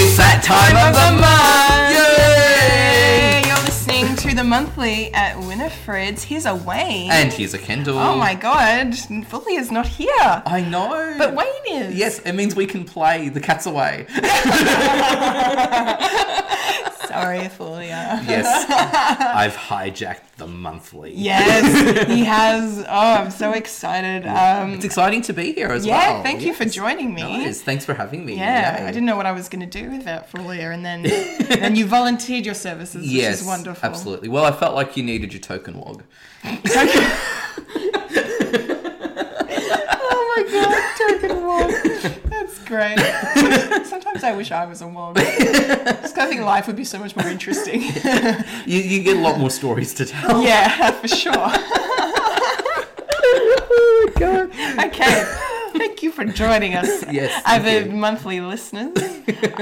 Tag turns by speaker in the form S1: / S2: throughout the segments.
S1: Time of the month.
S2: Yay!
S1: Yay! You're listening to the monthly at Winifred's. Here's a Wayne.
S2: And here's a Kendall.
S1: oh my god, Fully is not here,
S2: I know.
S1: but Wayne is.
S2: Yes, it means we can play The Cat's Away.
S1: Sorry, Fulia.
S2: yes. I've hijacked the monthly.
S1: Yes, he has. Oh, I'm so excited. Um,
S2: It's exciting to be here as well.
S1: yeah, thank you for
S2: Yes.
S1: joining me.
S2: Nice. Thanks for having me.
S1: Yeah,
S2: Yay.
S1: I didn't know what I was going to do without Fulia, and then and you volunteered your services,
S2: Yes,
S1: which is wonderful.
S2: Absolutely. Well, I felt like you needed your token log.
S1: Oh my god, token wog. That's great. Sometimes- Sometimes I wish I was a wog. Just 'cause I think life would be so much more interesting.
S2: You, you get a lot more stories to tell.
S1: yeah, for sure.
S2: Oh my god.
S1: Okay. Thank you for joining us,
S2: Yes, thank
S1: other
S2: you.
S1: monthly listeners.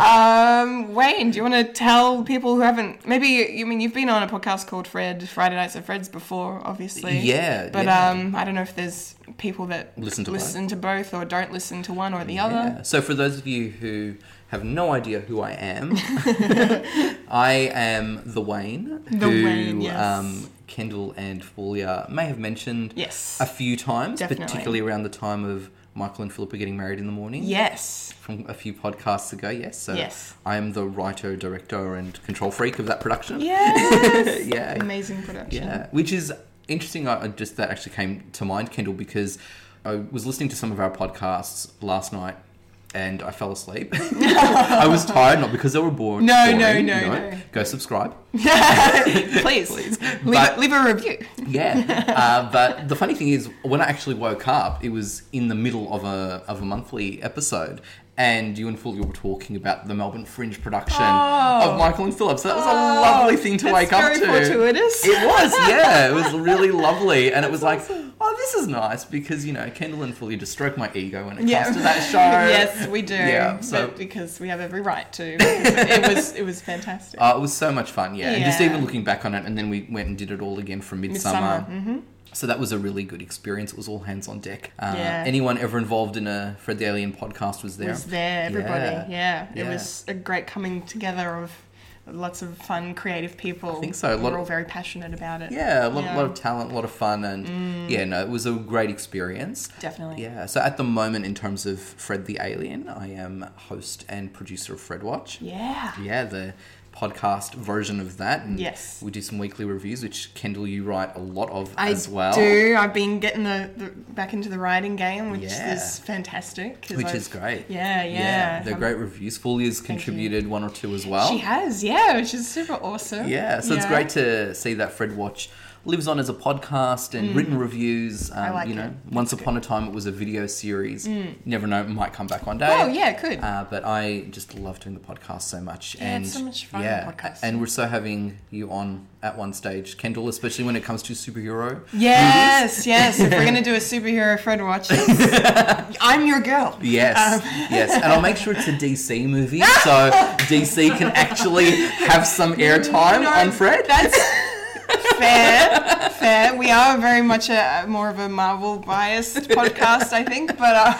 S1: Um, Wayne, do you want to tell people who haven't? Maybe you I mean you've been on a podcast called Fred Friday Nights at Fred's before, obviously.
S2: Yeah,
S1: But
S2: yeah.
S1: um, I don't know if there's people that
S2: Listen to both.
S1: listen to both or don't listen to one or the
S2: Yeah.
S1: other.
S2: So, for those of you who have no idea who I am, I am the Wayne,
S1: The
S2: who
S1: Wayne, yes.
S2: um, Kendall and Fulia may have mentioned
S1: Yes.
S2: a few times,
S1: Definitely.
S2: particularly around the time of Michael and Philippa getting married in the morning.
S1: Yes.
S2: From a few podcasts ago, yes. So
S1: Yes.
S2: I am the writer, director, and control freak of that production.
S1: Yes.
S2: yeah.
S1: Amazing production.
S2: Yeah, which is interesting. I I just that actually came to mind, Kendall, because I was listening to some of our podcasts last night and I fell asleep. I was tired, not because they were bored.
S1: No,
S2: boring,
S1: no,
S2: you
S1: no,
S2: know.
S1: no.
S2: Go subscribe.
S1: Please, Leave,
S2: But-
S1: leave a review.
S2: Yeah, uh, but the funny thing is, when I actually woke up, it was in the middle of a of a monthly episode. And you and Fulia were talking about the Melbourne Fringe production
S1: Oh.
S2: of Michael and Phillips. That was a lovely thing to
S1: That's
S2: wake up
S1: very
S2: to.
S1: fortuitous.
S2: It was, yeah. It was really lovely. And it was like, oh, this is nice because, you know, Kendall and Fulia just stroke my ego when it comes to that show.
S1: yes, we do.
S2: Yeah, so-
S1: but because we have every right to. it was it was fantastic.
S2: Uh, it was so much fun, yeah. And just
S1: Yeah.
S2: even looking back on it, and then we went and did it all again for Midsummer.
S1: Midsummer, mhm.
S2: So that was a really good experience. It was all hands on deck. Uh,
S1: Yeah.
S2: Anyone ever involved in a Fred the Alien podcast was there.
S1: It was there, everybody. Yeah.
S2: Yeah.
S1: It was a great coming together of lots of fun, creative people. I
S2: think so, a lot
S1: We're all
S2: of-
S1: very passionate about it.
S2: Yeah, a lot,
S1: Yeah. Mm.
S2: lot of talent, a lot of fun, and yeah, no, it was a great experience.
S1: Definitely.
S2: Yeah, so at the moment, in terms of Fred the Alien, I am host and producer of Fred Watch.
S1: Yeah.
S2: Yeah, the podcast version of that. And
S1: Yes.
S2: We do some weekly reviews, which Kendall, you write a lot of
S1: I
S2: as well.
S1: do. I've been getting the, the back into the writing game, which
S2: Yeah.
S1: is fantastic. 'cause
S2: Which
S1: I've-
S2: is great.
S1: Yeah, yeah.
S2: they're
S1: I'm-
S2: great reviews. Fulia's contributed one or two as well.
S1: She has, yeah, which is super awesome.
S2: Yeah, so it's
S1: Yeah.
S2: great to see that Fred Watch lives on as a podcast and written reviews. Um,
S1: Mm. like
S2: you know,
S1: it.
S2: once upon a time it was a video series. Never know, it might come back one day.
S1: Oh yeah, it could.
S2: Uh, but I just love doing the podcast so much,
S1: Yeah,
S2: and
S1: it's so much fun,
S2: yeah,
S1: podcasts.
S2: and we're so having you on at one stage, Kendall, especially when it comes to
S1: Um.
S2: superhero.
S1: yes, yes. If we're gonna do a superhero Fred watches, I'm your girl.
S2: Yes, yes, and I'll make sure it's a DC movie, so DC can actually have some airtime
S1: No,
S2: on Fred.
S1: That's fair, fair. We are very much a more of a Marvel biased podcast, I think. But uh,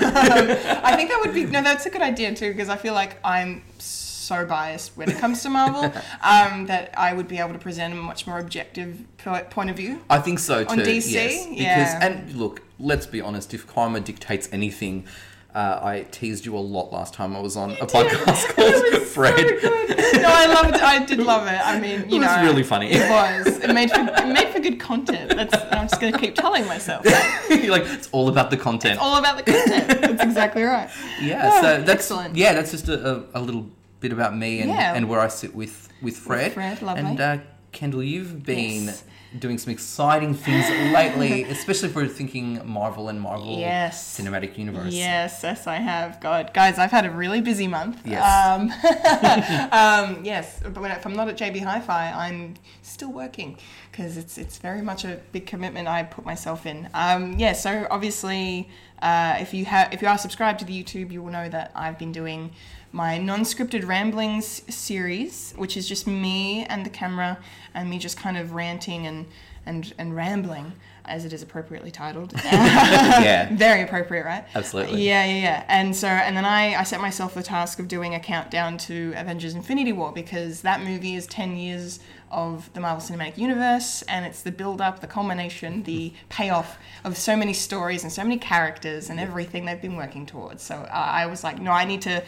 S1: I think that would be no. That's a good idea too, because I feel like I'm so biased when it comes to Marvel um, that I would be able to present a much more objective po- point of view.
S2: I think so too.
S1: On DC?
S2: yes. Because
S1: Yeah.
S2: and look, let's be honest. If karma dictates anything, uh, I teased you a lot last time I was on a podcast called Fred.
S1: So good. No, I loved. I did love it. I mean, you
S2: It was
S1: know,
S2: really funny.
S1: It was. It made for it made for good content. That's. I'm just gonna keep telling myself.
S2: You're like it's all about the content.
S1: All about the content. That's exactly right.
S2: yeah.
S1: Oh,
S2: so that's
S1: excellent.
S2: yeah. That's just a, a, a little bit about me and,
S1: Yeah.
S2: and where I sit with with Fred.
S1: Fred, lovely.
S2: And uh, Kendall, you've been.
S1: Yes.
S2: Doing some exciting things lately, especially if we're thinking Marvel and Marvel
S1: Yes.
S2: Cinematic Universe.
S1: Yes, yes, I have. God, guys, I've had a really busy month.
S2: Yes.
S1: Um, um, yes, but when, if I'm not at JB Hi-Fi, I'm still working because it's it's very much a big commitment I put myself in. Um, yeah, so obviously, uh, if you have if you are subscribed to the YouTube, you will know that I've been doing my non-scripted ramblings series, which is just me and the camera and me just kind of ranting and and and rambling as it is appropriately titled.
S2: yeah.
S1: Very appropriate, right?
S2: Absolutely.
S1: Yeah, yeah, yeah. And so, and then I, I set myself the task of doing a countdown to Avengers Infinity War because that movie is 10 years of the Marvel Cinematic Universe and it's the build up, the culmination, the payoff of so many stories and so many characters and everything they've been working towards. So uh, I was like, no, I need to.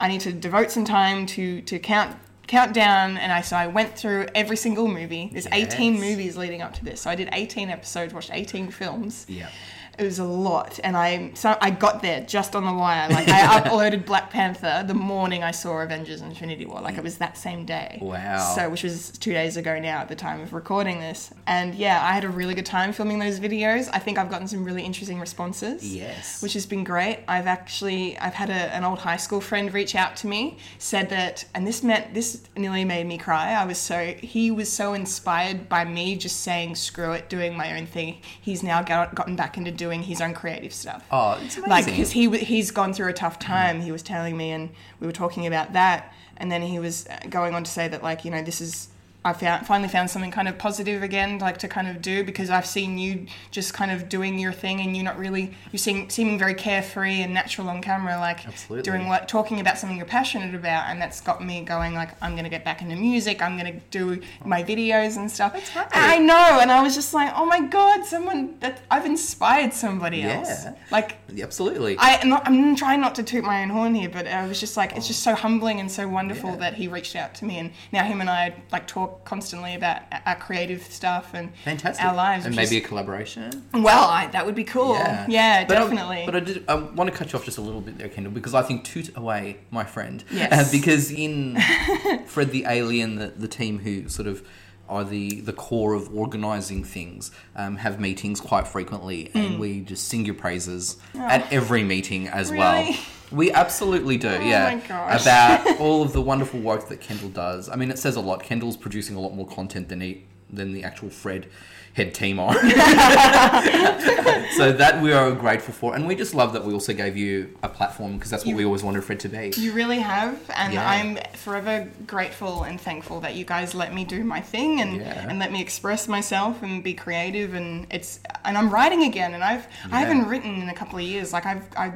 S1: I need to devote some time to, to count countdown and I so I went through every single movie. There's 18
S2: Yes.
S1: movies leading up to this. So I did 18 episodes, watched 18 films.
S2: Yeah.
S1: It was a lot, and I so I got there just on the wire. Like I uploaded Black Panther the morning I saw Avengers: Infinity War. Like it was that same day.
S2: Wow.
S1: So which was two days ago now at the time of recording this, and yeah, I had a really good time filming those videos. I think I've gotten some really interesting responses
S2: Yes.
S1: which has been great. I've actually I've had a, an old high school friend reach out to me, said that, and this meant this nearly made me cry. I was so he was so inspired by me just saying screw it, doing my own thing. He's now got, gotten back into doing his own creative stuff.
S2: Oh, it's amazing.
S1: Like, because he w- he's gone through a tough time. He was telling me, and we were talking about that, and then he was uh, going on to say that, like, you know, this is I found finally found something kind of positive again, like to kind of do because I've seen you just kind of doing your thing, and you're not really you seem seeming very carefree and natural on camera, like
S2: Absolutely.
S1: doing what talking about something you're passionate about, and that's got me going like I'm gonna get back into music, I'm gonna do my videos and stuff. That's
S2: right.
S1: I know, and I was just like, oh my god, someone that I've inspired somebody else.
S2: Yeah.
S1: Like
S2: Absolutely.
S1: I, am not, I'm trying not to toot my own horn here, but I was just like, it's just so humbling and so wonderful
S2: Yeah.
S1: that he reached out to me, and now him and I like talk constantly about o- our creative stuff and
S2: Fantastic.
S1: our lives.
S2: And
S1: which
S2: maybe
S1: is-
S2: a collaboration.
S1: well, I, that would be cool. Yeah,
S2: But I-
S1: definitely.
S2: but I did. I want to cut you off just a little bit there, Kendall, because I think toot away, my friend.
S1: Yes.
S2: Uh, because in Fred the Alien, the, the team who sort of are the, the core of organising things um, have meetings quite frequently,
S1: Hmm.
S2: and we just sing your praises at every meeting as well.
S1: Oh. Really?
S2: We absolutely do, yeah.
S1: Oh my gosh.
S2: About all of the wonderful work that Kendall does. I mean, it says a lot. Kendall's producing a lot more content than he than the actual Fred head team are. so that we are grateful for, and we just love that we also gave you a platform because that's what we always wanted Fred to be.
S1: You really have, and
S2: Yeah.
S1: I'm forever grateful and thankful that you guys let me do my thing and,
S2: Yeah.
S1: and let me express myself and be creative. And it's and I'm writing again, and I've I
S2: Yeah.
S1: haven't written in a couple of years. Like I've I,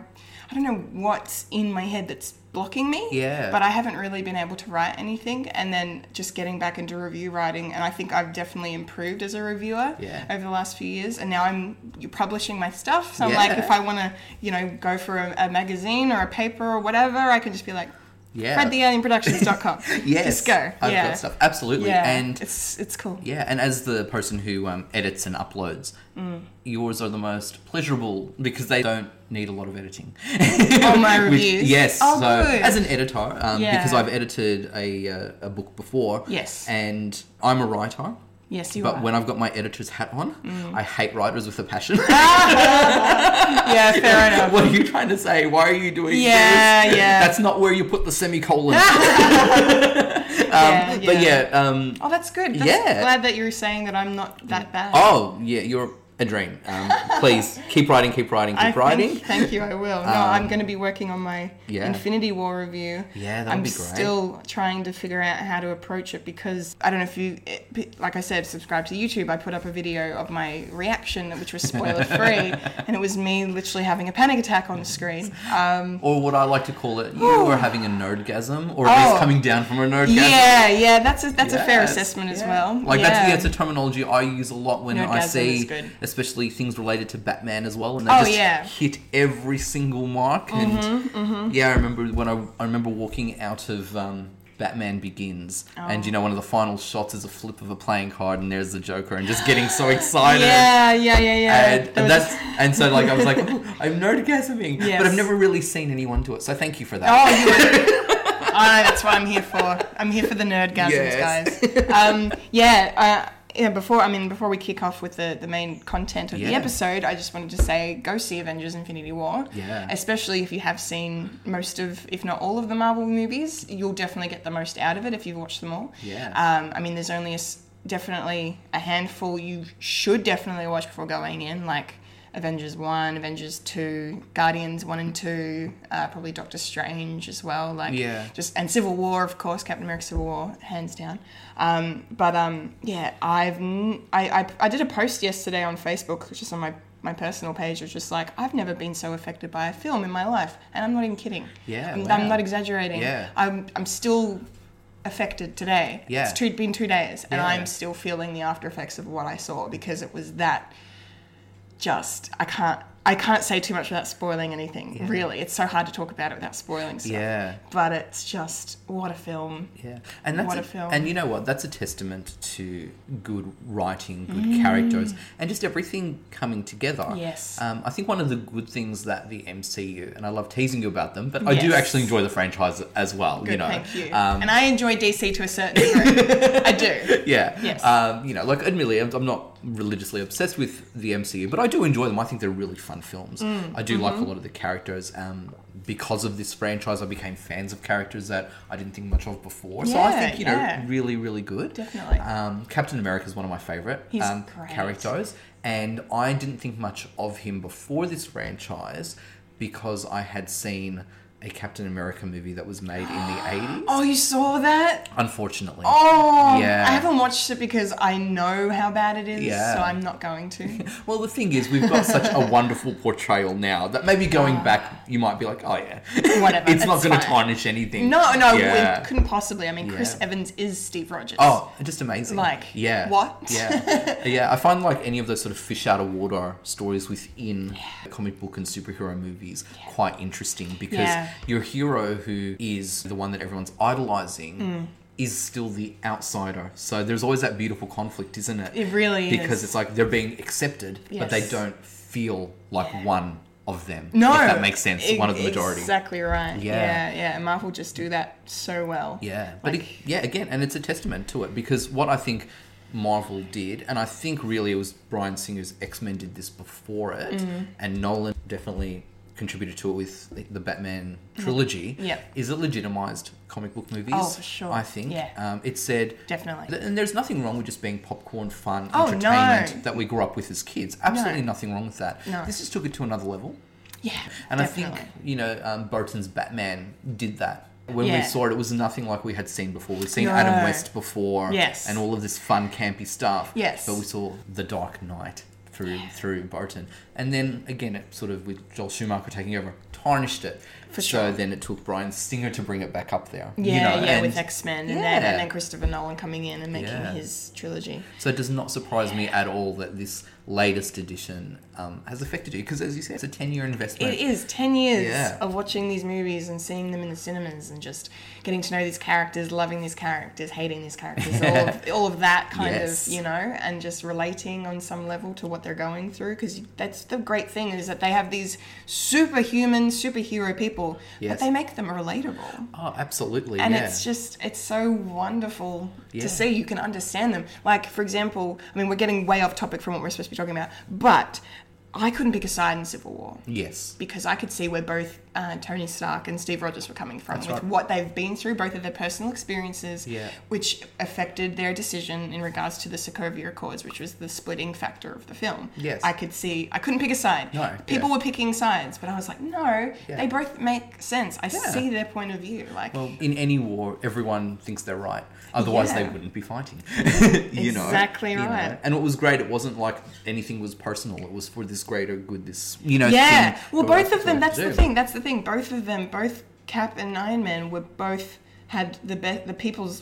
S1: I don't know what's in my head that's blocking me.
S2: Yeah.
S1: But I haven't really been able to write anything, and then just getting back into review writing, and I think I've definitely improved as a reviewer
S2: Yeah.
S1: over the last few years. And now I'm you're publishing my stuff, so I'm like
S2: Yeah.
S1: if I I want to, you know, go for a, a magazine or a paper or whatever, I can just be like,
S2: Yeah.
S1: FredTheAlienProductions.com.
S2: yes,
S1: Just go.
S2: I've
S1: yeah.
S2: got stuff absolutely,
S1: Yeah.
S2: and
S1: it's, it's cool.
S2: yeah, and as the person who um, edits and uploads,
S1: Mm.
S2: yours are the most pleasurable because they don't need a lot of editing.
S1: Oh, my
S2: Which-
S1: reviews.
S2: yes.
S1: Oh,
S2: so
S1: good.
S2: as an editor, um,
S1: Yeah.
S2: because I've edited a uh, a book before.
S1: Yes.
S2: and I'm a writer.
S1: Yes, you
S2: but
S1: are. Mm.
S2: when I've got my editor's hat on, I hate writers with a passion.
S1: yeah, Ah, fair enough.
S2: what are you trying to say? Why are you doing
S1: Yeah,
S2: this?
S1: yeah.
S2: That's not where you put the semicolon. um,
S1: Yeah,
S2: But
S1: yeah.
S2: yeah, um,
S1: Oh, that's good. That's
S2: Yeah.
S1: Glad that you were saying that I'm not that bad.
S2: oh, yeah, you're a dream. Um, please keep writing, keep writing, keep
S1: I
S2: writing. Um,
S1: Thank, thank you. I will. No, I'm going to be working on my
S2: Yeah.
S1: Infinity War review.
S2: Yeah, that'd
S1: I'm
S2: be great.
S1: still trying to figure out how to approach it because I don't know if you, it, like I said, subscribe to YouTube. I put up a video of my reaction, which was spoiler free, and it was me literally having a panic attack on the screen. Um,
S2: Or what I like to call it, you
S1: Ooh.
S2: are having a nerdgasm, or at
S1: Oh.
S2: least coming down from a nerdgasm.
S1: yeah, yeah, that's a that's a fair
S2: Yes,
S1: assessment as
S2: yeah.
S1: well.
S2: Like
S1: yeah.
S2: that's, that's a terminology I use a lot when I
S1: Nerdgasm is
S2: see,
S1: good.
S2: especially things related to Batman as well, and they
S1: Oh,
S2: just
S1: yeah. Mm-hmm,
S2: hit every single mark. And yeah, I remember when I I remember walking out of. Um, Batman Begins, and
S1: Oh.
S2: you know one of the final shots is a flip of a playing card, and there's the Joker, and just getting so excited.
S1: yeah, yeah, yeah, yeah.
S2: And,
S1: There
S2: and
S1: was a-
S2: that's and so like I was like, "Ooh, I'm nerdgasming,
S1: Yes.
S2: but I've never really seen anyone do it. So thank you for that.
S1: Oh, you were. I know, that's what I'm here for. I'm here for the nerd gasms,
S2: Yes.
S1: guys. Um, yeah, uh, yeah. Before I mean, before we kick off with the, the main content of the
S2: Yeah.
S1: episode, I just wanted to say go see Avengers: Infinity War.
S2: Yeah.
S1: Especially if you have seen most of, if not all of the Marvel movies, you'll definitely get the most out of it if you've watched them all.
S2: Yeah.
S1: Um, I mean, there's only a s definitely a handful you should definitely watch before going in, like Avengers 1, Avengers 2, Guardians 1 and 2, uh, probably Doctor Strange as well. Like,
S2: Yeah.
S1: just and Civil War, of course, Captain America: Civil War, hands down. Um, but um, yeah, I've n- I, I I did a post yesterday on Facebook, just on my my personal page, which was just like I've never been so affected by a film in my life, and I'm not even kidding.
S2: Yeah,
S1: I'm,
S2: wow.
S1: I'm not exaggerating.
S2: Yeah.
S1: I'm I'm still affected today.
S2: Yeah.
S1: it's two, been two days, and
S2: Yeah.
S1: I'm still feeling the after effects of what I saw because it was that just I can't. I can't say too much without spoiling anything.
S2: Yeah.
S1: Really, it's so hard to talk about it without spoiling stuff
S2: Yeah.
S1: but it's just what a film.
S2: Yeah, and that's
S1: What
S2: a,
S1: a film.
S2: and you know what? That's a testament to good writing, good characters, and just everything coming together.
S1: Mm. Yes.
S2: um, I think one of the good things that the MCU and I love teasing you about them, but I do
S1: Yes.
S2: actually enjoy the franchise as well.
S1: Good,
S2: you know,
S1: thank you.
S2: Um,
S1: and I enjoy DC to a certain degree. I do.
S2: yeah.
S1: Yes.
S2: Um, you know, like admittedly, I'm, I'm not religiously obsessed with the MCU, but I do enjoy them. I think they're really fun films.
S1: Mm.
S2: I do
S1: Mm-hmm.
S2: like a lot of the characters. Um, because of this franchise, I became fans of characters that I didn't think much of before. so I
S1: Yeah,
S2: think you know,
S1: yeah.
S2: really, really good.
S1: Definitely.
S2: Um, Captain America is one of my favorite
S1: He's
S2: um,
S1: great.
S2: characters, and I didn't think much of him before this franchise because I had seen. A Captain America movie that was made in the 80s.
S1: Oh, you saw that?
S2: Unfortunately.
S1: Oh,
S2: Yeah.
S1: I haven't watched it because I know how bad it is,
S2: Yeah.
S1: so I'm not going to.
S2: Well, the thing is, we've got such a wonderful portrayal now that maybe going back, you might be like, oh yeah,
S1: Ah. Whatever,
S2: it's not
S1: it's
S2: going to
S1: fine.
S2: tarnish anything.
S1: No, no,
S2: yeah.
S1: we couldn't possibly. I mean, Chris
S2: Yeah.
S1: Evans is Steve Rogers.
S2: Oh, just amazing!
S1: Like,
S2: yeah,
S1: what?
S2: Yeah, yeah. I find like any of those sort of fish out of water stories within comic book and superhero movies quite interesting because
S1: Yeah.
S2: your hero, who is the one that everyone's idolizing,
S1: Mm.
S2: is still the outsider. So there's always that beautiful conflict, isn't it?
S1: It really
S2: because
S1: is.
S2: it's like they're being accepted, but they
S1: Yes.
S2: don't feel like one of them.
S1: No,
S2: if that makes sense. one of the
S1: E-
S2: majority.
S1: Exactly right.
S2: Yeah.
S1: yeah, yeah. And Marvel just do that so well.
S2: Yeah, but
S1: Like-
S2: it, yeah, again, and it's a testament to it because what I think Marvel did, and I think really it was Brian Singer's X Men did this before it,
S1: Mm-hmm.
S2: and Nolan definitely contributed to it with the, the Batman trilogy.
S1: Mm-hmm. Yeah.
S2: is it legitimized comic book movies?
S1: Oh, for sure.
S2: I think.
S1: Yeah.
S2: um, it said
S1: Definitely.
S2: Th- And there's nothing wrong with just being popcorn fun
S1: Oh, no.
S2: entertainment that we grew up with as kids. Absolutely nothing wrong with that.
S1: No.
S2: This just took it to another level.
S1: Yeah,
S2: And I
S1: definitely.
S2: think, you know, um, Burton's Batman did that. When we
S1: Yeah.
S2: saw it, it was nothing like we had seen before. We've seen
S1: No.
S2: Adam West before,
S1: Yes.
S2: and all of this fun, campy stuff.
S1: Yes.
S2: but we saw The Dark Knight through through Burton, and then again, it sort of with Joel Schumacher taking over, tarnished it.
S1: For
S2: So
S1: sure.
S2: then it took Brian Singer to bring it back up there. you
S1: Yeah,
S2: know,
S1: yeah,
S2: and
S1: with X Men, and,
S2: Yeah.
S1: then, and then Christopher Nolan coming in and making
S2: Yeah.
S1: his trilogy.
S2: So it does not surprise me at all that this latest edition um, has affected you because, as you said, it's a ten-year investment.
S1: It is 10 years
S2: Yeah.
S1: of watching these movies and seeing them in the cinemas and just getting to know these characters, loving these characters, hating these characters, all, of, all of that kind
S2: Yes.
S1: of, you know, and just relating on some level to what they're going through. Because that's the great thing is that they have these superhuman, superhero people,
S2: Yes.
S1: but they make them relatable.
S2: Oh, absolutely.
S1: and
S2: yeah.
S1: it's just it's so wonderful
S2: Yeah.
S1: to see you can understand them like for example i mean we're getting way off topic from what we're supposed to be talking about but i couldn't pick a side in civil war
S2: yes.
S1: because i could see where both uh, tony stark and steve rogers were coming from
S2: That's
S1: with
S2: right.
S1: what they've been through both of their personal experiences
S2: Yeah.
S1: which affected their decision in regards to the sokovia accords which was the splitting factor of the film
S2: Yes.
S1: i could see i couldn't pick a side
S2: No,
S1: people
S2: yeah.
S1: were picking sides but i was like no
S2: Yeah.
S1: they both make sense i
S2: Yeah.
S1: see their point of view like
S2: Well, in any war, everyone thinks they're right. Otherwise, they
S1: Yeah.
S2: wouldn't be fighting. you know
S1: Exactly
S2: you know.
S1: right.
S2: And it was great. It wasn't like anything was personal. It was for this greater good. This you know.
S1: Yeah.
S2: thing
S1: Well,
S2: that we
S1: both of them.
S2: have
S1: That's
S2: to
S1: the
S2: do.
S1: thing. That's the thing. Both of them, both Cap and Iron Man, were both had the be- the people's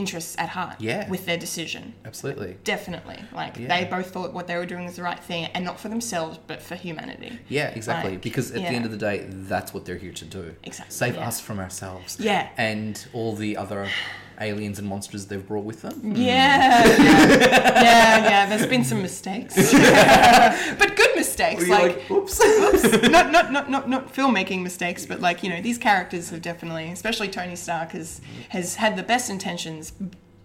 S1: interests at heart.
S2: Yeah.
S1: With their decision,
S2: Absolutely.
S1: definitely. Like
S2: Yeah.
S1: they both thought what they were doing was the right thing, and not for themselves, but for humanity.
S2: Yeah, exactly.
S1: Like,
S2: because at
S1: yeah.
S2: the end of the day, that's what they're here to do.
S1: Exactly,
S2: Save
S1: yeah.
S2: us from ourselves.
S1: Yeah.
S2: And all the other aliens and monsters they've brought with them.
S1: Yeah, yeah, yeah, yeah. There's been some mistakes, but good mistakes.
S2: You're
S1: Like,
S2: oops.
S1: oops, not, not, not, not, not filmmaking mistakes, but like you know, these characters have definitely, especially Tony Stark, has has had the best intentions,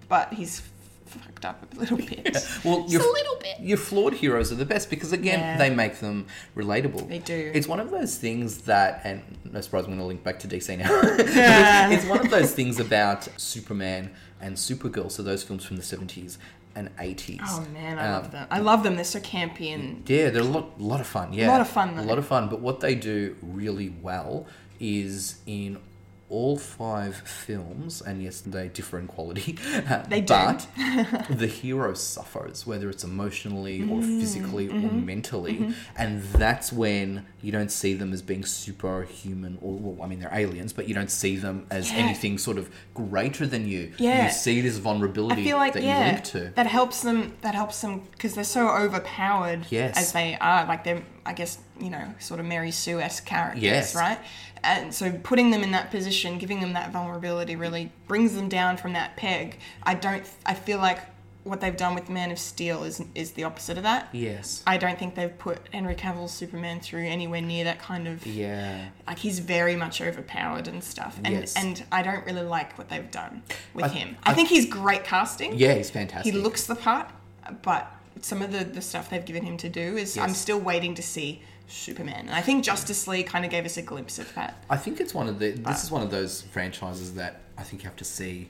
S1: but he's fucked up a little bit.
S2: Well,
S1: Just
S2: your,
S1: a little bit.
S2: your flawed heroes are the best because again,
S1: Yeah.
S2: they make them relatable.
S1: They do.
S2: It's one of those things that, and no surprise, I'm going to link back to DC now. But it's-
S1: Yeah.
S2: it's, one of those things about Superman and Supergirl, so those films from the 70s, and 80s.
S1: Oh man, I
S2: Um,
S1: love them. I love them. They're so campy and
S2: Yeah, they're a lot, lot of fun. Yeah,
S1: Lot of fun,
S2: A
S1: though.
S2: lot of fun. But what they do really well is in all five films, and yes, they differ in quality.
S1: They do.
S2: But the hero suffers, whether it's emotionally or
S1: Mm-hmm.
S2: physically or mentally, and that's when you don't see them as being superhuman. Or well, I mean, they're aliens, but you don't see them as
S1: Yeah.
S2: anything sort of greater than you.
S1: Yeah.
S2: you see this vulnerability
S1: I feel like
S2: that
S1: yeah,
S2: you link to.
S1: that helps them. That helps them because they're so overpowered.
S2: Yes.
S1: as they are, like they're, I guess, you know, sort of Mary Sue esque characters,
S2: Yes.
S1: right? And so putting them in that position, giving them that vulnerability, really brings them down from that peg. I don't. I feel like what they've done with Man of Steel is is the opposite of that.
S2: Yes.
S1: I don't think they've put Henry Cavill's Superman through anywhere near that kind of
S2: Yeah.
S1: like he's very much overpowered and stuff and
S2: Yes.
S1: and I don't really like what they've done with
S2: I-
S1: him. I,
S2: I-
S1: think he's great casting.
S2: Yeah, he's fantastic.
S1: He looks the part, but some of the, the stuff they've given him to do is I'm
S2: Yes.
S1: still waiting to see Superman. And I think Justice League kind of gave us a glimpse of that.
S2: I think it's one of the.
S1: Ah.
S2: This is one of those franchises that I think you have to see.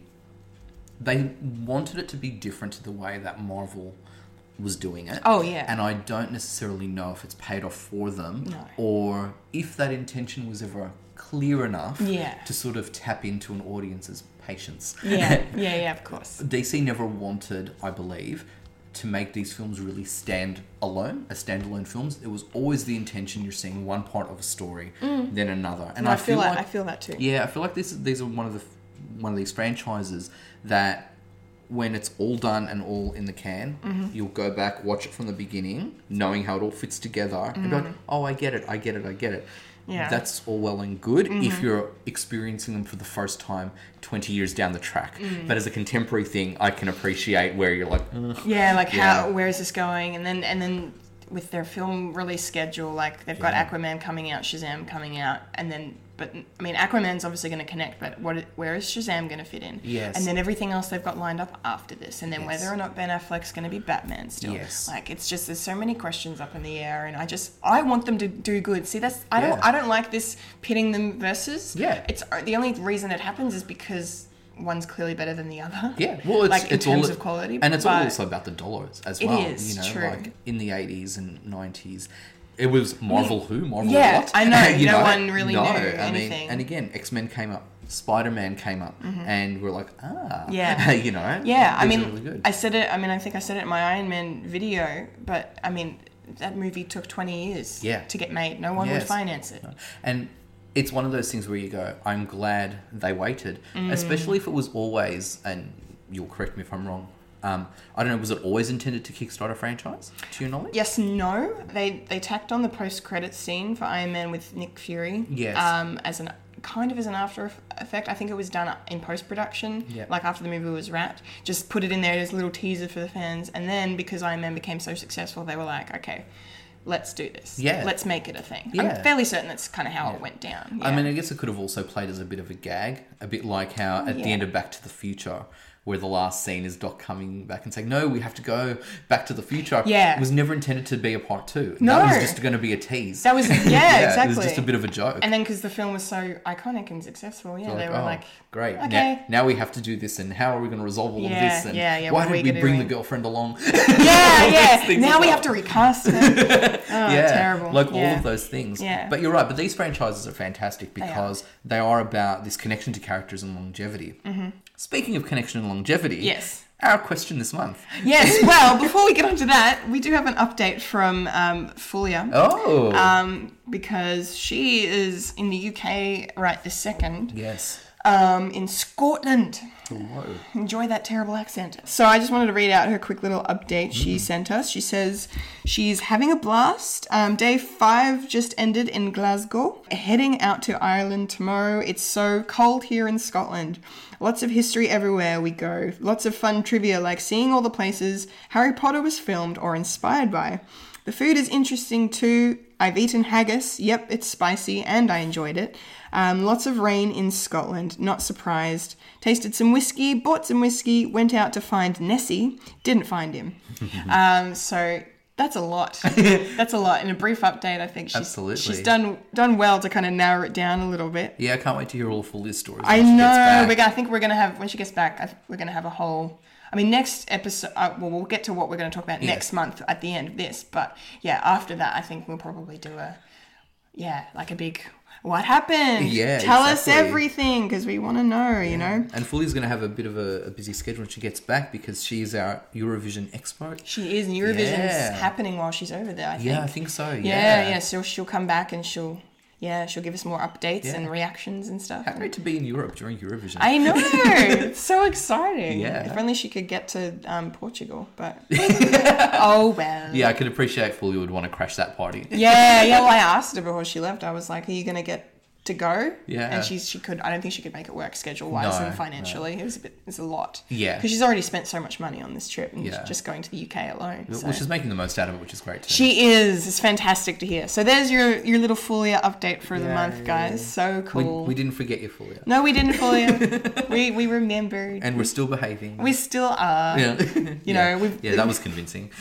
S2: They wanted it to be different to the way that Marvel was doing it.
S1: Oh, yeah.
S2: And I don't necessarily know if it's paid off for them
S1: No.
S2: or if that intention was ever clear enough
S1: Yeah.
S2: to sort of tap into an audience's patience.
S1: Yeah, yeah, yeah, of course.
S2: DC never wanted, I believe, to make these films really stand alone, as standalone films. It was always the intention you're seeing one part of a story, then another. And
S1: Mm. And I, feel, that I feel that too.
S2: yeah, I feel like this is, these are one of the one of these franchises that when it's all done and all in the can, you'll go back, watch it from the beginning, knowing how it all fits together, and be like, "Oh, I get it, I get it, I get it."
S1: Yeah.
S2: That's all well and good if you're experiencing them for the first time 20 years down the track. But as a contemporary thing, I can appreciate where you're like, "Uh, "Ugh."
S1: Yeah, like
S2: Yeah.
S1: how where is this going? And then and then with their film release schedule, like they've
S2: Yeah.
S1: got Aquaman coming out, Shazam coming out, and then but I mean Aquaman's obviously going to connect, but what where is Shazam going to fit in?
S2: Yes.
S1: And then everything else they've got lined up after this, and then
S2: Yes.
S1: whether or not Ben Affleck's going to be Batman still.
S2: Yes.
S1: Like it's just there's so many questions up in the air, and I just I want them to do good. See, that's I don't
S2: Yeah.
S1: I don't like this pitting them versus.
S2: Yeah.
S1: It's uh, the only reason it happens is because one's clearly better than the other.
S2: Yeah, well, it's
S1: like in
S2: it's
S1: terms
S2: all,
S1: of quality,
S2: and it's all
S1: but-
S2: also about the dollars as
S1: It
S2: well.
S1: is,
S2: you know,
S1: true.
S2: like in the eighties and nineties, it was Marvel who Marvel
S1: Yeah,
S2: what?
S1: I know, no one really knew anything. Mm-hmm.
S2: and again, X Men came up, Spider Man came up, and we're like, ah,
S1: Yeah.
S2: you know,
S1: Yeah, I
S2: these are
S1: mean,
S2: really good.
S1: I said it. I mean, I think I said it in my Iron Man video, but I mean, that movie took twenty years
S2: Yeah.
S1: to get made. No one
S2: Yes.
S1: would finance it.
S2: And it's one of those things where you go, I'm glad they waited,
S1: Mm.
S2: especially if it was always, and you'll correct me if I'm wrong. Um, I don't know, was it always intended to kickstart a franchise? To your knowledge?
S1: Yes, no. They they tacked on the post credit scene for Iron Man with Nick Fury.
S2: Yes.
S1: Um, as an kind of as an after eff- effect, I think it was done in post production.
S2: Yeah.
S1: Like after the movie was wrapped, just put it in there as a little teaser for the fans, and then because Iron Man became so successful, they were like, okay. Let's do this.
S2: Yeah.
S1: Let's make it a thing.
S2: Yeah.
S1: I'm fairly certain that's kind of how
S2: Yeah.
S1: it went down.
S2: I
S1: Yeah.
S2: mean, I guess it could have also played as a bit of a gag, a bit like how at
S1: yeah.
S2: the end of Back to the Future, where the last scene is Doc coming back and saying, "No, we have to go back to the future."
S1: Yeah.
S2: it was never intended to be a part two.
S1: No.
S2: that was just going to be a tease.
S1: That was yeah,
S2: it
S1: exactly.
S2: was just a bit of a joke.
S1: and then because the film was so iconic and successful, yeah, they were
S2: oh,
S1: like,
S2: great. Now-
S1: okay.
S2: Now, we have to do this, and how are we going to resolve all
S1: Yeah,
S2: of this? And
S1: yeah, yeah,
S2: why
S1: what are
S2: did
S1: we
S2: we
S1: gonna
S2: bring
S1: do?
S2: the girlfriend along?
S1: yeah, yeah.
S2: things as
S1: Now we
S2: well.
S1: have to recast them. Oh,
S2: yeah,
S1: terrible.
S2: Like all
S1: Yeah.
S2: of those things.
S1: Yeah.
S2: But you're right. But these franchises are fantastic
S1: are.
S2: because they are about this connection to characters and longevity. Mm-hmm. Speaking of connection and longevity,
S1: Yes.
S2: our question this month.
S1: yes. Well, before we get onto that, we do have an update from um, Fulia.
S2: Oh,
S1: Um, because she is in the UK right this second,
S2: yes.
S1: um, in Scotland.
S2: Whoa.
S1: Enjoy that terrible accent. So I just wanted to read out her quick little update she sent us. She says she's having a blast. Um, day five just ended in Glasgow. Heading out to Ireland tomorrow. It's so cold here in Scotland. Lots of history everywhere we go. Lots of fun trivia, like seeing all the places Harry Potter was filmed or inspired by. The food is interesting too. I've eaten haggis. Yep, it's spicy and I enjoyed it. Um, lots of rain in Scotland. Not surprised. Tasted some whiskey, bought some whiskey, went out to find Nessie. Didn't find him. um, so that's a lot. that's a lot. In a brief update, I think she's,
S2: Absolutely.
S1: she's done done well to kind of narrow it down a little bit.
S2: Yeah, I can't wait to hear all full list stories.
S1: I
S2: when she gets
S1: know.
S2: back.
S1: We're gonna, I think we're gonna have when she gets back. I, we're gonna have a whole I mean, next episode, uh, well, we'll get to what we're going to talk about
S2: Yeah.
S1: next month at the end of this. But yeah, after that, I think we'll probably do a, yeah, like a big, what happened?
S2: Yeah,
S1: Tell us
S2: exactly.
S1: everything because we want to know, you know?
S2: And Fully's going to have a bit of a, a busy schedule when she gets back because she's our Eurovision expert.
S1: She is, and Eurovision's
S2: Yeah.
S1: happening while she's over there, I think.
S2: Yeah, I think so.
S1: Yeah,
S2: Yeah,
S1: yeah. So she'll come back and she'll, yeah, she'll give us more updates
S2: Yeah.
S1: and reactions and stuff.
S2: How great to be in Europe during Eurovision.
S1: I know. it's so exciting.
S2: Yeah.
S1: If only she could get to um, Portugal, but oh well.
S2: yeah, I could appreciate Fully would want to crash that party.
S1: Yeah, yeah. Well, I asked her before she left. I was like, "Are you gonna get to go?"
S2: Yeah.
S1: And she she could. I don't think she could make it work schedule wise
S2: No,
S1: and financially. It was a bit. It's a lot.
S2: Yeah.
S1: Because she's already spent so much money on this trip and
S2: Yeah.
S1: just going to the UK alone. So.
S2: Well, she's making the most out of it, which is great too.
S1: she is. It's fantastic to hear. So there's your your little Fulia update for the month,
S2: Yay.
S1: guys. So
S2: we,
S1: cool.
S2: we didn't forget you, Fully.
S1: no, we didn't Fulia. we we remembered.
S2: And we're still behaving.
S1: we still are.
S2: yeah.
S1: You
S2: Yeah.
S1: know, we've-
S2: yeah, that was convincing.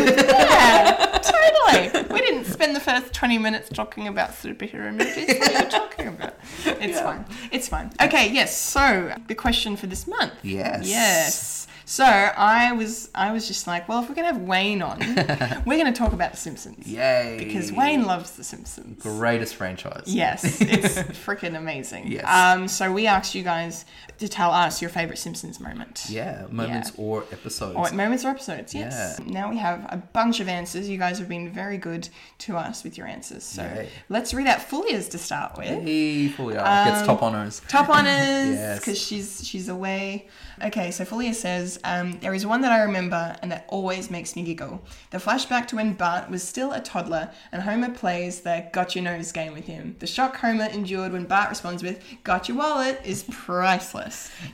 S1: Yeah, totally. We didn't spend the first 20 minutes talking about superhero movies. What are you talking about? It's fine. It's fine. Okay, yes. So, the question for this month.
S2: Yes.
S1: Yes. So, I was I was just like, well, if we're going to have Wayne on, we're going to talk about The Simpsons.
S2: Yay.
S1: Because Wayne loves The Simpsons.
S2: Greatest franchise.
S1: Yes, it's freaking amazing.
S2: Yes.
S1: Um, so we asked you guys to tell us your favorite Simpsons moment.
S2: Yeah, moments or episodes.
S1: Or moments or episodes, yes. Now we have a bunch of answers. You guys have been very good to us with your answers. So
S2: Yay.
S1: let's read out Fulia's to start with.
S2: Hey, Fully
S1: Um,
S2: gets top honors.
S1: Top honors,
S2: Yes.
S1: because she's she's away. Okay, so Fulia says um, there is one that I remember and that always makes me giggle. The flashback to when Bart was still a toddler and Homer plays the "Got Your Nose" game with him. The shock Homer endured when Bart responds with "Got Your Wallet" is priceless.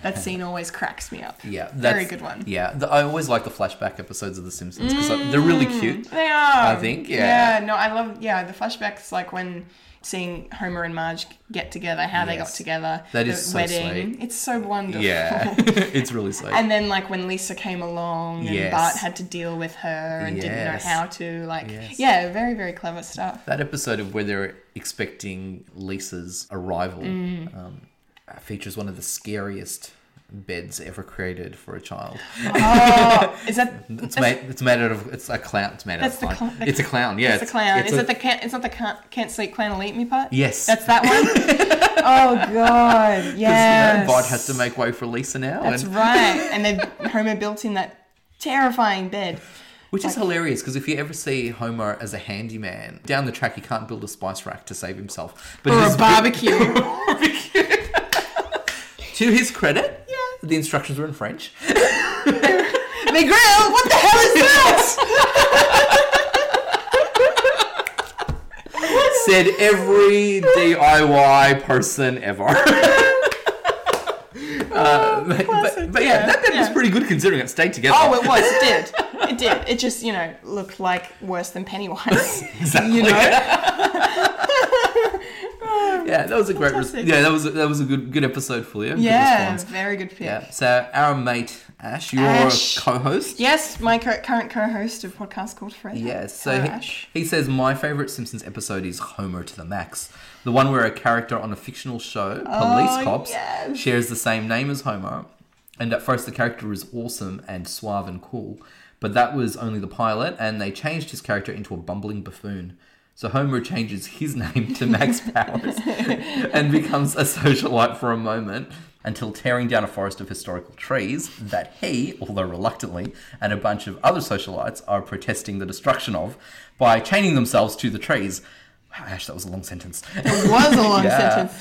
S1: That scene always cracks me up.
S2: Yeah,
S1: very
S2: that's-
S1: good one.
S2: Yeah, the, I always like the flashback episodes of The Simpsons because they're really
S1: Mm.
S2: cute.
S1: Mm-hmm. They are.
S2: I think, yeah.
S1: no, I love, yeah, the flashbacks, like when seeing Homer and Marge get together, how they got
S2: Yes.
S1: together,
S2: That
S1: the
S2: is so sweet.
S1: It's so wonderful.
S2: Yeah, it's really sweet.
S1: and then, like, when Lisa came along and
S2: Yes.
S1: Bart had to deal with her and didn't know
S2: Yes.
S1: how to, like,
S2: Yes.
S1: yeah, very, very clever stuff.
S2: that episode of where they're expecting Lisa's arrival
S1: Mm.
S2: um, features one of the scariest beds ever created for a child.
S1: Oh, is that.
S2: It's made. It's made out of. It's a clown. It's made out
S1: That's
S2: of.
S1: the
S2: Clown.
S1: clown- the-
S2: it's a clown. Yeah.
S1: It's the clown.
S2: It's
S1: is
S2: a-
S1: it the can't? It's not the can't, can't sleep clown will eat me part.
S2: Yes.
S1: that's that one. oh god,
S2: Because,
S1: yeah.
S2: you know, Bart has to make way for Lisa now,
S1: That's
S2: and,
S1: right. And then Homer built in that terrifying bed.
S2: which is hilarious because if you ever see Homer as a handyman down the track, he can't build a spice rack to save himself. But
S1: Or
S2: his
S1: a barbecue.
S2: To his credit,
S1: Yeah.
S2: the instructions were in French.
S1: Miguel, what the hell is that?
S2: Said every DIY person ever. Uh, but,
S1: Oh, classic,
S2: but, but yeah,
S1: yeah,
S2: that bit was
S1: yeah.
S2: pretty good considering it stayed together.
S1: oh, it was. It did. It did. It just, you know, looked like worse than Pennywise.
S2: exactly.
S1: you know?
S2: yeah, that was a great. Res-
S1: Fantastic.
S2: yeah, that was a, that was a good good episode for you.
S1: yeah,
S2: Good response.
S1: very good pick.
S2: Yeah. So our mate Ash, you're
S1: Ash.
S2: a co-host.
S1: Yes, my co- current co-host of podcast called Fred.
S2: Yes. So
S1: Hello,
S2: he-
S1: Ash.
S2: He, says my favorite Simpsons episode is Homer to the Max, the one where a character on a fictional show, police
S1: Oh,
S2: cops,
S1: yes.
S2: shares the same name as Homer, and at first the character is awesome and suave and cool, but that was only the pilot, and they changed his character into a bumbling buffoon. So Homer changes his name to Max Powers and becomes a socialite for a moment until tearing down a forest of historical trees that he, although reluctantly, and a bunch of other socialites are protesting the destruction of by chaining themselves to the trees. Wow, Ash, that was a long sentence.
S1: It was a long
S2: Yeah.
S1: sentence.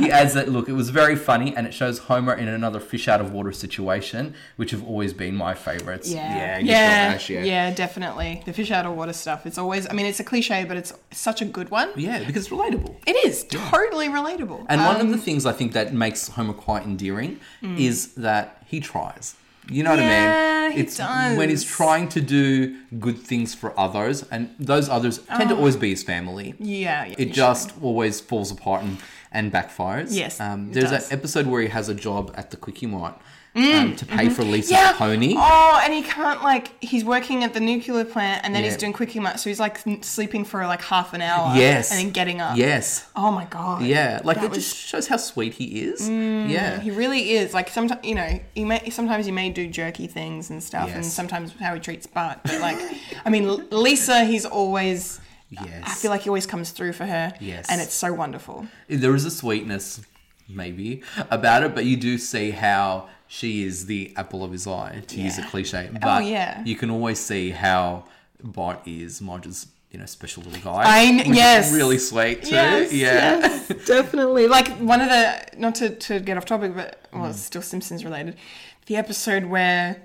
S2: he adds that look, it was very funny, and it shows Homer in another fish out of water situation, which have always been my favourites.
S1: Yeah,
S2: good
S1: yeah,
S2: job, Ash,
S1: yeah, definitely. The fish out of water stuff. It's always, I mean, it's a cliche, but it's such a good one.
S2: Yeah, because it's relatable.
S1: It is totally relatable. Um,
S2: And one of the things I think that makes Homer quite endearing is that he tries. You know what I
S1: Hmm. Yeah,
S2: mean?
S1: he
S2: it's when he's
S1: does.
S2: trying to do good things for others, and those others tend to always be his family.
S1: Oh. yeah, yeah,
S2: It just always falls apart and, and backfires.
S1: Yes,
S2: Um,
S1: it
S2: there's
S1: does. Mm,
S2: that episode where he has a job at the Quickie Mart um, to pay for Lisa's
S1: mm-hmm. Yeah.
S2: pony.
S1: Oh, and he can't like he's working at the nuclear plant, and then
S2: Yeah.
S1: he's doing quickie much, so he's like n- sleeping for like half an hour.
S2: Yes.
S1: and then getting up.
S2: Yes.
S1: Oh my god.
S2: Yeah, like
S1: That
S2: it
S1: was- Mm.
S2: just shows how sweet he is. yeah,
S1: He really is like sometimes you know he may sometimes he may do jerky things and stuff, and
S2: Yes.
S1: sometimes how he treats Bart. But like, I mean, L- Lisa, he's always.
S2: yes.
S1: I feel like he always comes through for her.
S2: Yes.
S1: and it's so wonderful.
S2: there is a sweetness, maybe, about it, but you do see how she is the apple of his eye, to use a
S1: Yeah. Oh,
S2: cliche. But
S1: yeah.
S2: you can always see how Bart is Marge's, you know, special little guy.
S1: I kn-
S2: which is
S1: yes.
S2: really sweet too.
S1: Yes,
S2: yeah,
S1: yes, definitely. Like one of the not to, to get off topic, but well, it's still Simpsons related. The episode where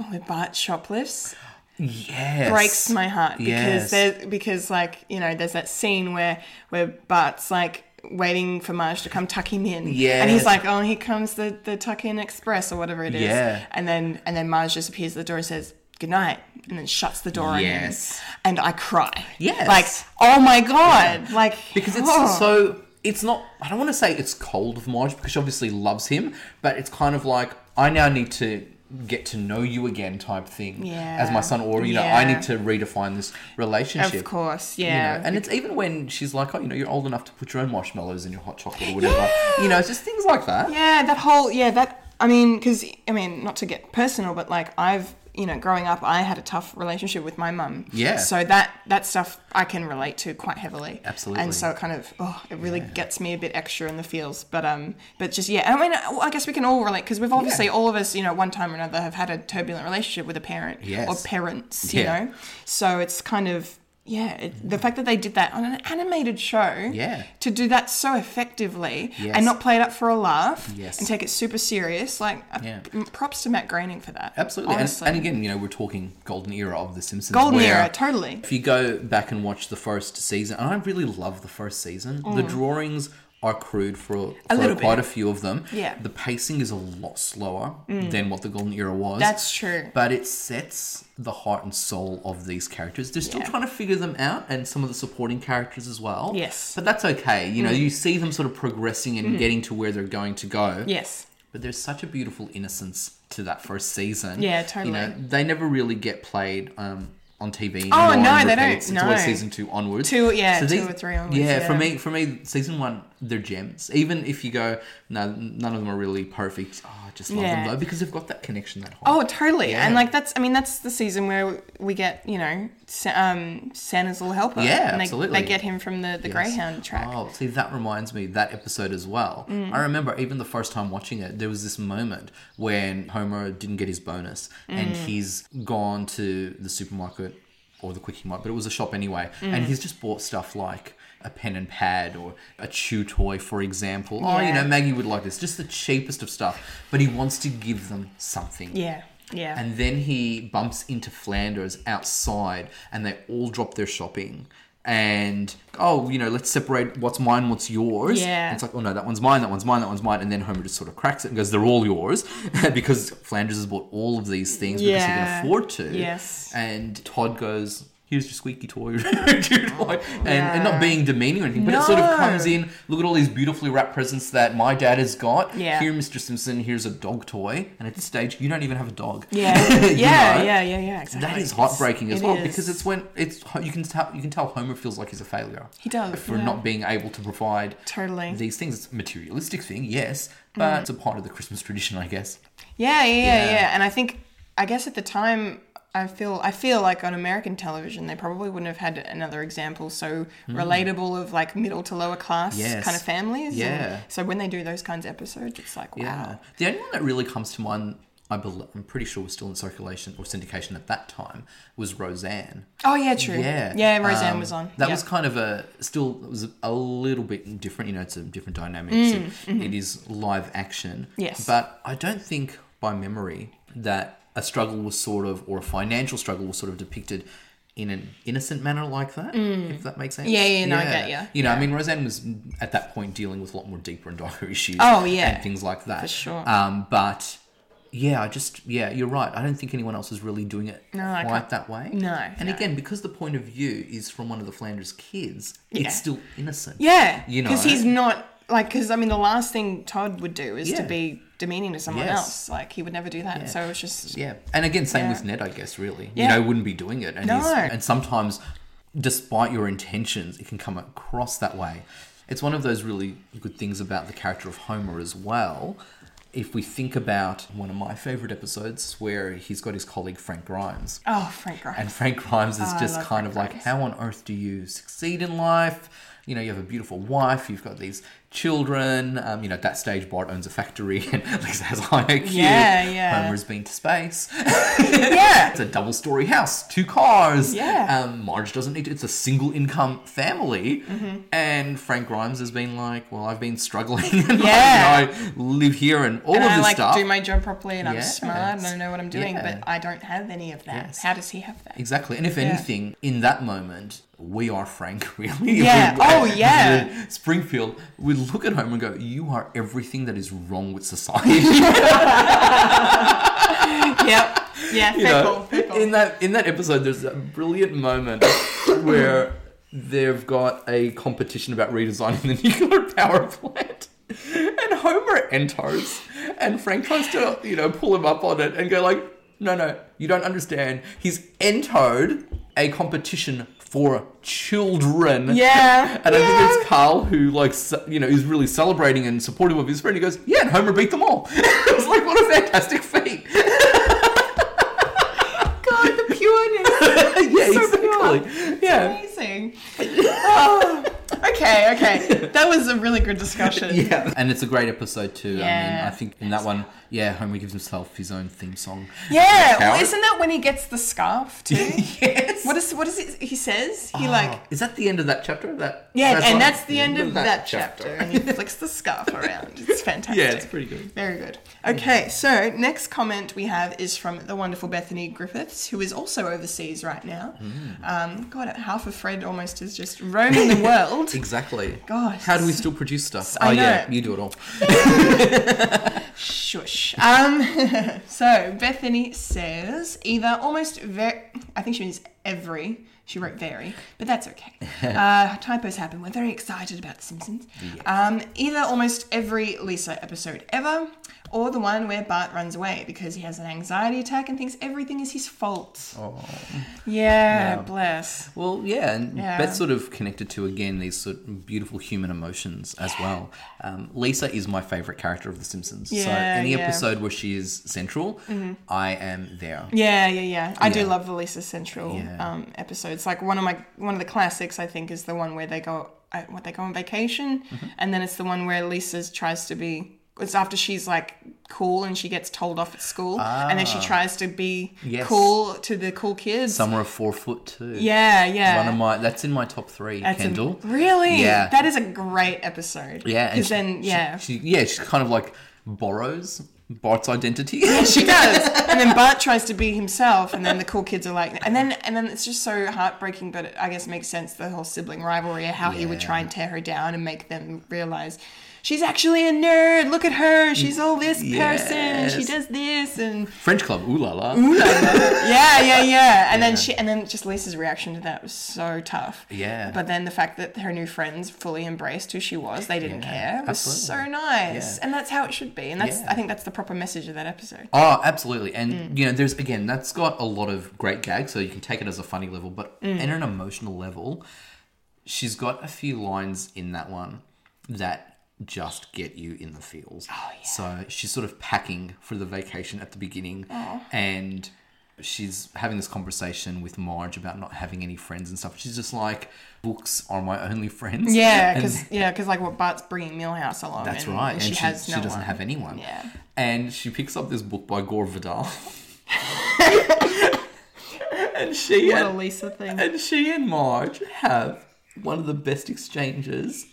S1: oh, where Bart shoplifts
S2: yes.
S1: breaks my heart
S2: Yes.
S1: because there because like you know there's that scene where where Bart's like waiting for Marge to come tuck him in.
S2: Yeah.
S1: And he's like, oh, here comes the the tuck in express or whatever it is.
S2: Yeah.
S1: And then and then Marge just appears at the door and says. Good night, and then shuts the door. on him.
S2: Yes.
S1: and I cry.
S2: Yes.
S1: like oh my god, like
S2: because it's
S1: oh.
S2: so it's not i don't want to say it's cold of marge because she obviously loves him but it's kind of like i now need to get to know you again type thing
S1: Yeah.
S2: as my son or you know i
S1: Yeah.
S2: need to redefine this relationship
S1: Of course,
S2: you know,
S1: yeah.
S2: and it's even when she's like, oh, you know, you're old enough to put your own marshmallows in your hot chocolate or whatever. You know, it's just things like that.
S1: yeah, that whole yeah, that I mean, because I mean, not to get personal, but like I've you know, growing up, I had a tough relationship with my mum.
S2: Yeah.
S1: So that that stuff I can relate to quite heavily.
S2: Absolutely.
S1: And so it kind of oh, it really gets me a bit extra in the feels, but um, but just yeah, I mean, I guess we can all relate because we've obviously
S2: Yeah.
S1: all of us, you know, one time or another have had a turbulent relationship with a parent
S2: Yes.
S1: or parents, you
S2: Yeah.
S1: know. So it's kind of. Yeah, it, the fact that they did that on an animated show
S2: Yeah.
S1: to do that so effectively
S2: Yes.
S1: and not play it up for a laugh
S2: Yes.
S1: and take it super serious. Like, uh,
S2: Yeah.
S1: m- props to Matt Groening for that.
S2: Absolutely. And,
S1: Honestly.
S2: and again, you know, we're talking golden era of The Simpsons.
S1: golden
S2: where-
S1: era, totally.
S2: If you go back and watch the first season, and I really love the first season, the drawings are crude for,
S1: Mm. A
S2: for
S1: little
S2: quite
S1: bit.
S2: a few of them.
S1: Yeah. Mm.
S2: The pacing is a lot slower than what the Golden Era was.
S1: That's true.
S2: But it sets the heart and soul of these characters. They're still
S1: Yeah.
S2: trying to figure them out and some of the supporting characters as well.
S1: Yes. Mm.
S2: But that's okay. You know, you see them sort of progressing and getting to where they're going to go.
S1: Yes.
S2: But there's such a beautiful innocence to that first season.
S1: Yeah,
S2: You know,
S1: totally.
S2: they never really get played um, on TV.
S1: Oh,
S2: anymore
S1: no,
S2: on
S1: they don't.
S2: repeats. It's always
S1: No.
S2: season two onwards.
S1: Two- yeah, two or three onwards,
S2: Yeah, for
S1: yeah.
S2: me, for me, season one, they're gems. Even if you go, no, none of them are really perfect. Oh, I just love
S1: Yeah.
S2: them though because they've got that connection, that whole.
S1: Oh, totally.
S2: Yeah.
S1: And like that's, I mean, that's the season where we get, you know, Sa- um, Santa's little helper.
S2: Yeah,
S1: and they,
S2: absolutely.
S1: They get him from the, the Greyhound track.
S2: Oh, see, that reminds me that episode as well. I remember even the first time watching it, there was this moment when Homer didn't get his bonus and he's gone to the supermarket or the quickie mart, but it was a shop anyway, and he's just bought stuff like a pen and pad or a chew toy, for example. Oh, you
S1: Yeah.
S2: know, Maggie would like this, just the cheapest of stuff, but he wants to give them something.
S1: Yeah, yeah.
S2: And then he bumps into Flanders outside, and they all drop their shopping. And oh, you know, let's separate what's mine, what's yours.
S1: Yeah.
S2: And it's like, oh no, that one's mine, that one's mine, that one's mine. And then Homer just sort of cracks it and goes, they're all yours, because Flanders has bought all of these things because he
S1: Yeah.
S2: can afford to.
S1: Yes.
S2: And Todd goes. Here's your squeaky toy, Dude, like- and, and not being demeaning or anything, but it sort of
S1: No.
S2: comes in. Look at all these beautifully wrapped presents that my dad has got.
S1: Yeah.
S2: Here, Mr. Simpson, here's a dog toy, and at this stage, you don't even have a dog.
S1: yeah,
S2: You
S1: yeah,
S2: know?
S1: yeah, yeah, yeah. Exactly.
S2: That is heartbreaking as
S1: It
S2: well
S1: is.
S2: because it's when it's you can tell you can tell Homer feels like he's a failure.
S1: He does,
S2: for
S1: yeah.
S2: not being able to provide
S1: Totally. Mm.
S2: these things. It's a materialistic thing, yes, but it's a part of the Christmas tradition, I guess.
S1: Yeah, yeah, yeah,
S2: Yeah.
S1: yeah. And I think, I guess at the time, I feel, I feel like on American television, they probably wouldn't have had another example so relatable of like middle to lower class
S2: Hmm. Yes.
S1: kind of families.
S2: Yeah.
S1: And so when they do those kinds of episodes, it's like, wow.
S2: Yeah. The only one that really comes to mind, I bel I'm pretty sure was still in circulation or syndication at that time, was Roseanne.
S1: Oh yeah, true.
S2: Yeah,
S1: yeah. Roseanne
S2: Um,
S1: was on.
S2: That
S1: Yeah.
S2: was kind of a still it was a little bit different. You know, it's a different dynamic. It- it is live action.
S1: Mm, mm-hmm. Yes.
S2: but I don't think by memory that a struggle was sort of or a financial struggle was sort of depicted in an innocent manner like that. If that makes sense.
S1: Mm. Yeah, yeah, no, I get ya.
S2: You know, I mean, Roseanne was at that point dealing with a lot more deeper and darker issues.
S1: Oh, yeah.
S2: and things like that
S1: For sure.
S2: Um, but. Yeah, I just yeah, you're right. I don't think anyone else is really doing it
S1: No, I
S2: quite
S1: can't-
S2: that way.
S1: No,
S2: And
S1: no.
S2: again, because the point of view is from one of the Flanders kids,
S1: Yeah.
S2: it's still innocent.
S1: yeah,
S2: you know.
S1: because he's not like because I mean the last thing Todd would do is to
S2: Yeah.
S1: be demeaning to someone
S2: Yes.
S1: else. Like he would never do that. So it's just
S2: Yeah, and again, same
S1: Yeah.
S2: with Ned, I guess. Really,
S1: Yeah.
S2: you know, wouldn't be doing it, and
S1: No.
S2: he's- and sometimes, despite your intentions, it can come across that way. It's one of those really good things about the character of Homer as well. If we think about one of my favorite episodes where he's got his colleague Frank Grimes,
S1: oh Frank Grimes.
S2: and Frank Grimes is
S1: Oh, I
S2: just
S1: love
S2: kind
S1: Frank
S2: of like,
S1: Grimes.
S2: how on earth do you succeed in life? You know, you have a beautiful wife, you've got these children. Um, you know, at that stage, Bart owns a factory and Lisa has a high IQ.
S1: Yeah, yeah.
S2: Homer's been to space.
S1: yeah.
S2: It's a double story house, two cars.
S1: Yeah.
S2: Um, Marge doesn't need to, it's a single income family.
S1: Mm-hmm.
S2: And Frank Grimes has been like, well, I've been struggling and
S1: Yeah.
S2: like, you know, I live here and all
S1: And
S2: of
S1: I
S2: this
S1: like
S2: stuff.
S1: do my job properly, and I'm
S2: Yes.
S1: smart, and I know what I'm doing,
S2: Yeah.
S1: but I don't have any of that.
S2: Yes.
S1: How does he have that?
S2: Exactly. And if anything, in that moment, we are Frank, really.
S1: Yeah.
S2: We-
S1: Oh, yeah.
S2: Springfield, we look at home and go, you are everything that is wrong with society.
S1: yep. Yeah.
S2: You
S1: fair
S2: know,
S1: call, fair call.
S2: in that in that episode, there's a brilliant moment where they've got a competition about redesigning the nuclear power plant, and Homer enters, and Frank tries to you know pull him up on it and go like, no, no, you don't understand. He's entered a competition for children.
S1: yeah.
S2: And I
S1: yeah.
S2: think it's Carl who, like, ce- you know, is really celebrating and supportive of his friend. He goes, "Yeah, and Homer beat them all." it's like, what a fantastic feat!
S1: God, the pureness.
S2: yeah,
S1: So
S2: exactly. Yeah.
S1: Amazing. Oh, okay, okay. That was a really good discussion.
S2: Yeah. And it's a great episode too. I
S1: Yeah.
S2: mean, I think in that one, yeah, Homer gives himself his own theme song.
S1: Yeah, well,
S2: Coward.
S1: isn't that when he gets the scarf too?
S2: yes. Oh.
S1: What is what is it? He says he like
S2: is that the end of that chapter? That
S1: yeah, and
S2: one?
S1: that's the end of that chapter, and he flicks the scarf around. It's fantastic.
S2: Yeah, it's pretty good.
S1: Very good. Okay, so next comment we have is from the wonderful Bethany Griffiths, who is also overseas right now. Um, God, half of Fred almost is just roaming the world.
S2: Exactly.
S1: Gosh.
S2: How do we still produce stuff?
S1: I
S2: oh yeah,
S1: know.
S2: you do it all.
S1: Shush. Um, so Bethany says either almost very, I think she means every. She wrote very, but that's okay. uh, typos happen. We're very excited about The Simpsons. Um, either almost every Lisa episode ever, or the one where Bart runs away because he has an anxiety attack and thinks everything is his fault.
S2: Oh.
S1: Yeah,
S2: No.
S1: bless.
S2: Well, yeah, and
S1: Yeah.
S2: that's sort of connected to again these sort of beautiful human emotions as well. Um, Lisa is my favorite character of The Simpsons. so
S1: Yeah,
S2: any
S1: yeah. Mm-hmm.
S2: episode where she is central, I am there.
S1: Yeah, yeah, yeah. I do
S2: Yeah.
S1: love the Lisa Central
S2: Yeah.
S1: um, episodes. Like one of my one of the classics, I think, is the one where they go uh, what they go on vacation,
S2: Mm-hmm.
S1: and then it's the one where Lisa tries to be. It's after she's like cool and she gets told off at school, and then she
S2: Ah.
S1: tries to be
S2: Yes.
S1: cool to the cool kids.
S2: Summer of four foot two.
S1: yeah, yeah.
S2: One of my that's in my top three,
S1: That's a-
S2: Kendall.
S1: really?
S2: Yeah.
S1: That is a great episode.
S2: yeah, and
S1: Because
S2: she-
S1: then,
S2: she-
S1: yeah.
S2: she, yeah, she kind of like borrows Bart's identity.
S1: she does. And then Bart tries to be himself, and then the cool kids are like, and then and then it's just so heartbreaking. But it, I guess makes sense the whole sibling rivalry, how he would
S2: Yeah.
S1: try and tear her down and make them realize she's actually a nerd. Look at her, she's all this person. She
S2: Yes.
S1: does this, and
S2: French Club, ooh la la.
S1: yeah, yeah, yeah. And then she, and then just Lisa's reaction to that was so tough.
S2: Yeah.
S1: But then the fact that her new friends fully embraced who she was, they didn't
S2: Yeah,
S1: care, was so
S2: absolutely.
S1: nice.
S2: Yeah.
S1: And that's how it should be. And that's
S2: Yeah.
S1: I think that's the proper message of that episode.
S2: Oh, absolutely. And, you know, there's, again, that's got a lot of great gags, so you can take it as a funny level, but at an emotional level, she's got a few lines in that one that just get you in the feels. Oh, yeah. So she's sort of packing for the vacation at the beginning, and she's having this conversation with Marge about not having any friends and stuff. She's just like, books are my only friends.
S1: Yeah,
S2: And
S1: because yeah, 'cause, like what Bart's bringing Millhouse along.
S2: that's right. And she, she,
S1: has no
S2: doesn't
S1: one.
S2: have anyone.
S1: Yeah.
S2: And she picks up this book by Gore Vidal. and she
S1: What a
S2: and,
S1: Lisa thing.
S2: and she and Marge have one of the best exchanges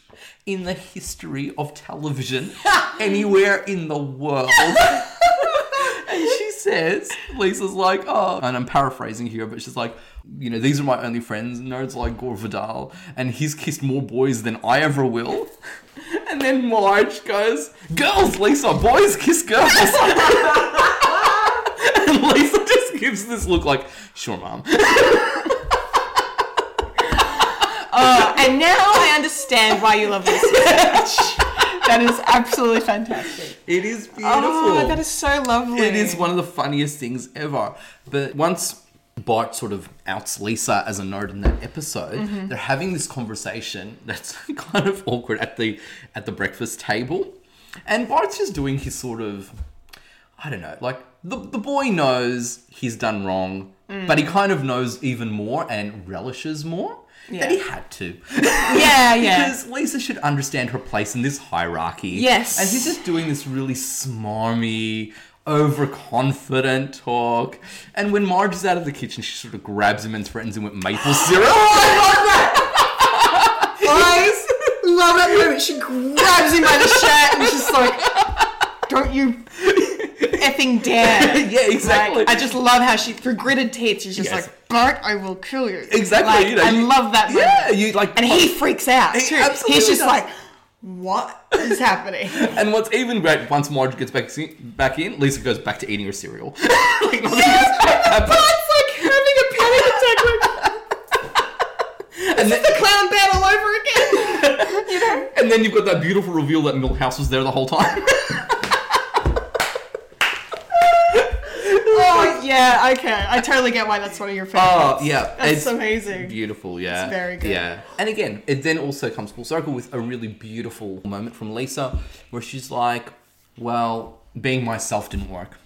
S2: in the history of television anywhere in the world. And she says, Lisa's like, oh, and I'm paraphrasing here, but she's like, you know, these are my only friends. Nerds like Gore Vidal, and he's kissed more boys than I ever will. And then Marge goes, girls, Lisa, boys kiss girls. and Lisa just gives this look like, sure, mom.
S1: Uh, Oh, and now I understand why you love Lisa so much. that is absolutely fantastic.
S2: It is beautiful.
S1: Oh, that is so lovely.
S2: It is one of the funniest things ever. But once Bart sort of outs Lisa as a nerd in that episode,
S1: Mm-hmm.
S2: they're having this conversation that's kind of awkward at the at the breakfast table. And Bart's just doing his sort of I don't know, like the, the boy knows he's done wrong, but
S1: Mm.
S2: he kind of knows even more and relishes more.
S1: Yeah.
S2: That he had to.
S1: Yeah, yeah.
S2: Because Lisa should understand her place in this hierarchy.
S1: Yes.
S2: And he's just doing this really smarmy, overconfident talk. And when Marge is out of the kitchen, she sort of grabs him and threatens him with maple syrup.
S1: I love that moment. She grabs him by the shirt and she's like, "Don't you effing dare!"
S2: yeah, exactly.
S1: Like, I just love how she, through gritted teeth, she's just
S2: Yes.
S1: like, "Bart, I will kill you."
S2: Exactly,
S1: Like,
S2: you know,
S1: I
S2: you-
S1: love that. moment.
S2: yeah, you like
S1: And Oh. he freaks out.
S2: He
S1: too.
S2: absolutely
S1: He's just
S2: does.
S1: like, "What is happening?"
S2: And what's even great, once Marge gets back back in, Lisa goes back to eating her cereal. like, nothing has happened.
S1: like having a panic attack.
S2: and, then,
S1: the clown band all over again.
S2: and then you've got that beautiful reveal that Milhouse was there the whole time.
S1: oh yeah, okay. I totally get why that's one of your favorites.
S2: oh yeah,
S1: that's
S2: it's
S1: amazing.
S2: beautiful. Yeah,
S1: It's very good.
S2: Yeah, and again, it then also comes full circle with a really beautiful moment from Lisa, where she's like, "Well, being myself didn't work."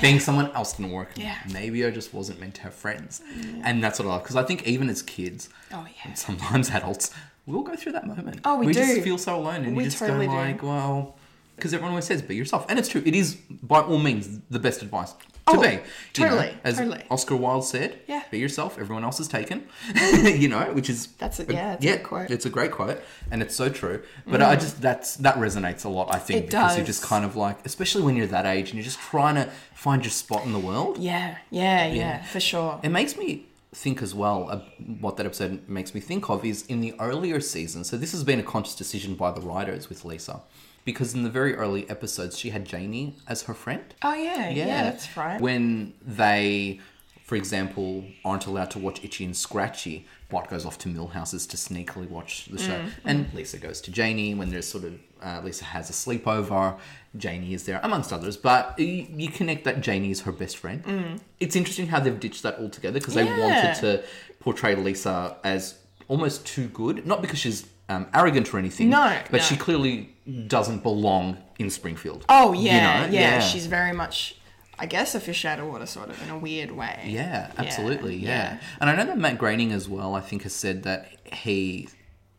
S2: Being someone else didn't work.
S1: Yeah. Mm.
S2: Maybe I just wasn't meant to have friends. And that's what I love. Because I think even as kids,
S1: Oh, yeah.
S2: and sometimes adults, we all go through that moment.
S1: Oh, we
S2: just
S1: do.
S2: feel so alone. And
S1: We
S2: you just
S1: totally
S2: go
S1: do.
S2: like, well, because everyone always says, be yourself. And it's true. It is, by all means, the best advice to
S1: Oh,
S2: be. You know,
S1: totally,
S2: as
S1: totally.
S2: Oscar Wilde said,
S1: Yeah.
S2: be yourself. Everyone else is taken. you know, which is
S1: That's a- yeah, it's a good quote. Mm.
S2: It's a great quote, and it's so true. But I just that's that resonates a lot. I think
S1: It
S2: because you're
S1: does.
S2: just kind of like, especially when you're that age and you're just trying to find your spot in the world.
S1: Yeah, yeah, yeah, for sure.
S2: It makes me think as well. Uh, what that episode makes me think of is in the earlier season. So this has been a conscious decision by the writers with Lisa, because in the very early episodes she had Janie as her friend.
S1: Oh yeah, yeah, that's right.
S2: When they, for example, aren't allowed to watch Itchy and Scratchy, Bart goes off to Millhouses to sneakily watch the show,
S1: Mm.
S2: and Lisa goes to Janie when there's sort of uh, Lisa has a sleepover. Janie is there amongst others, but you, you connect that Janie is her best friend. It's interesting how they've ditched that altogether because they
S1: Mm. Yeah.
S2: wanted to portray Lisa as almost too good, not because she's um, arrogant or anything,
S1: No,
S2: but
S1: no.
S2: she clearly doesn't belong in Springfield.
S1: oh
S2: you
S1: yeah,
S2: know?
S1: yeah, She's very much, I guess, a fish out of water, sort of, in a weird way.
S2: Yeah, absolutely. Yeah.
S1: yeah.
S2: And I know that Matt Groening as well, I think, has said that he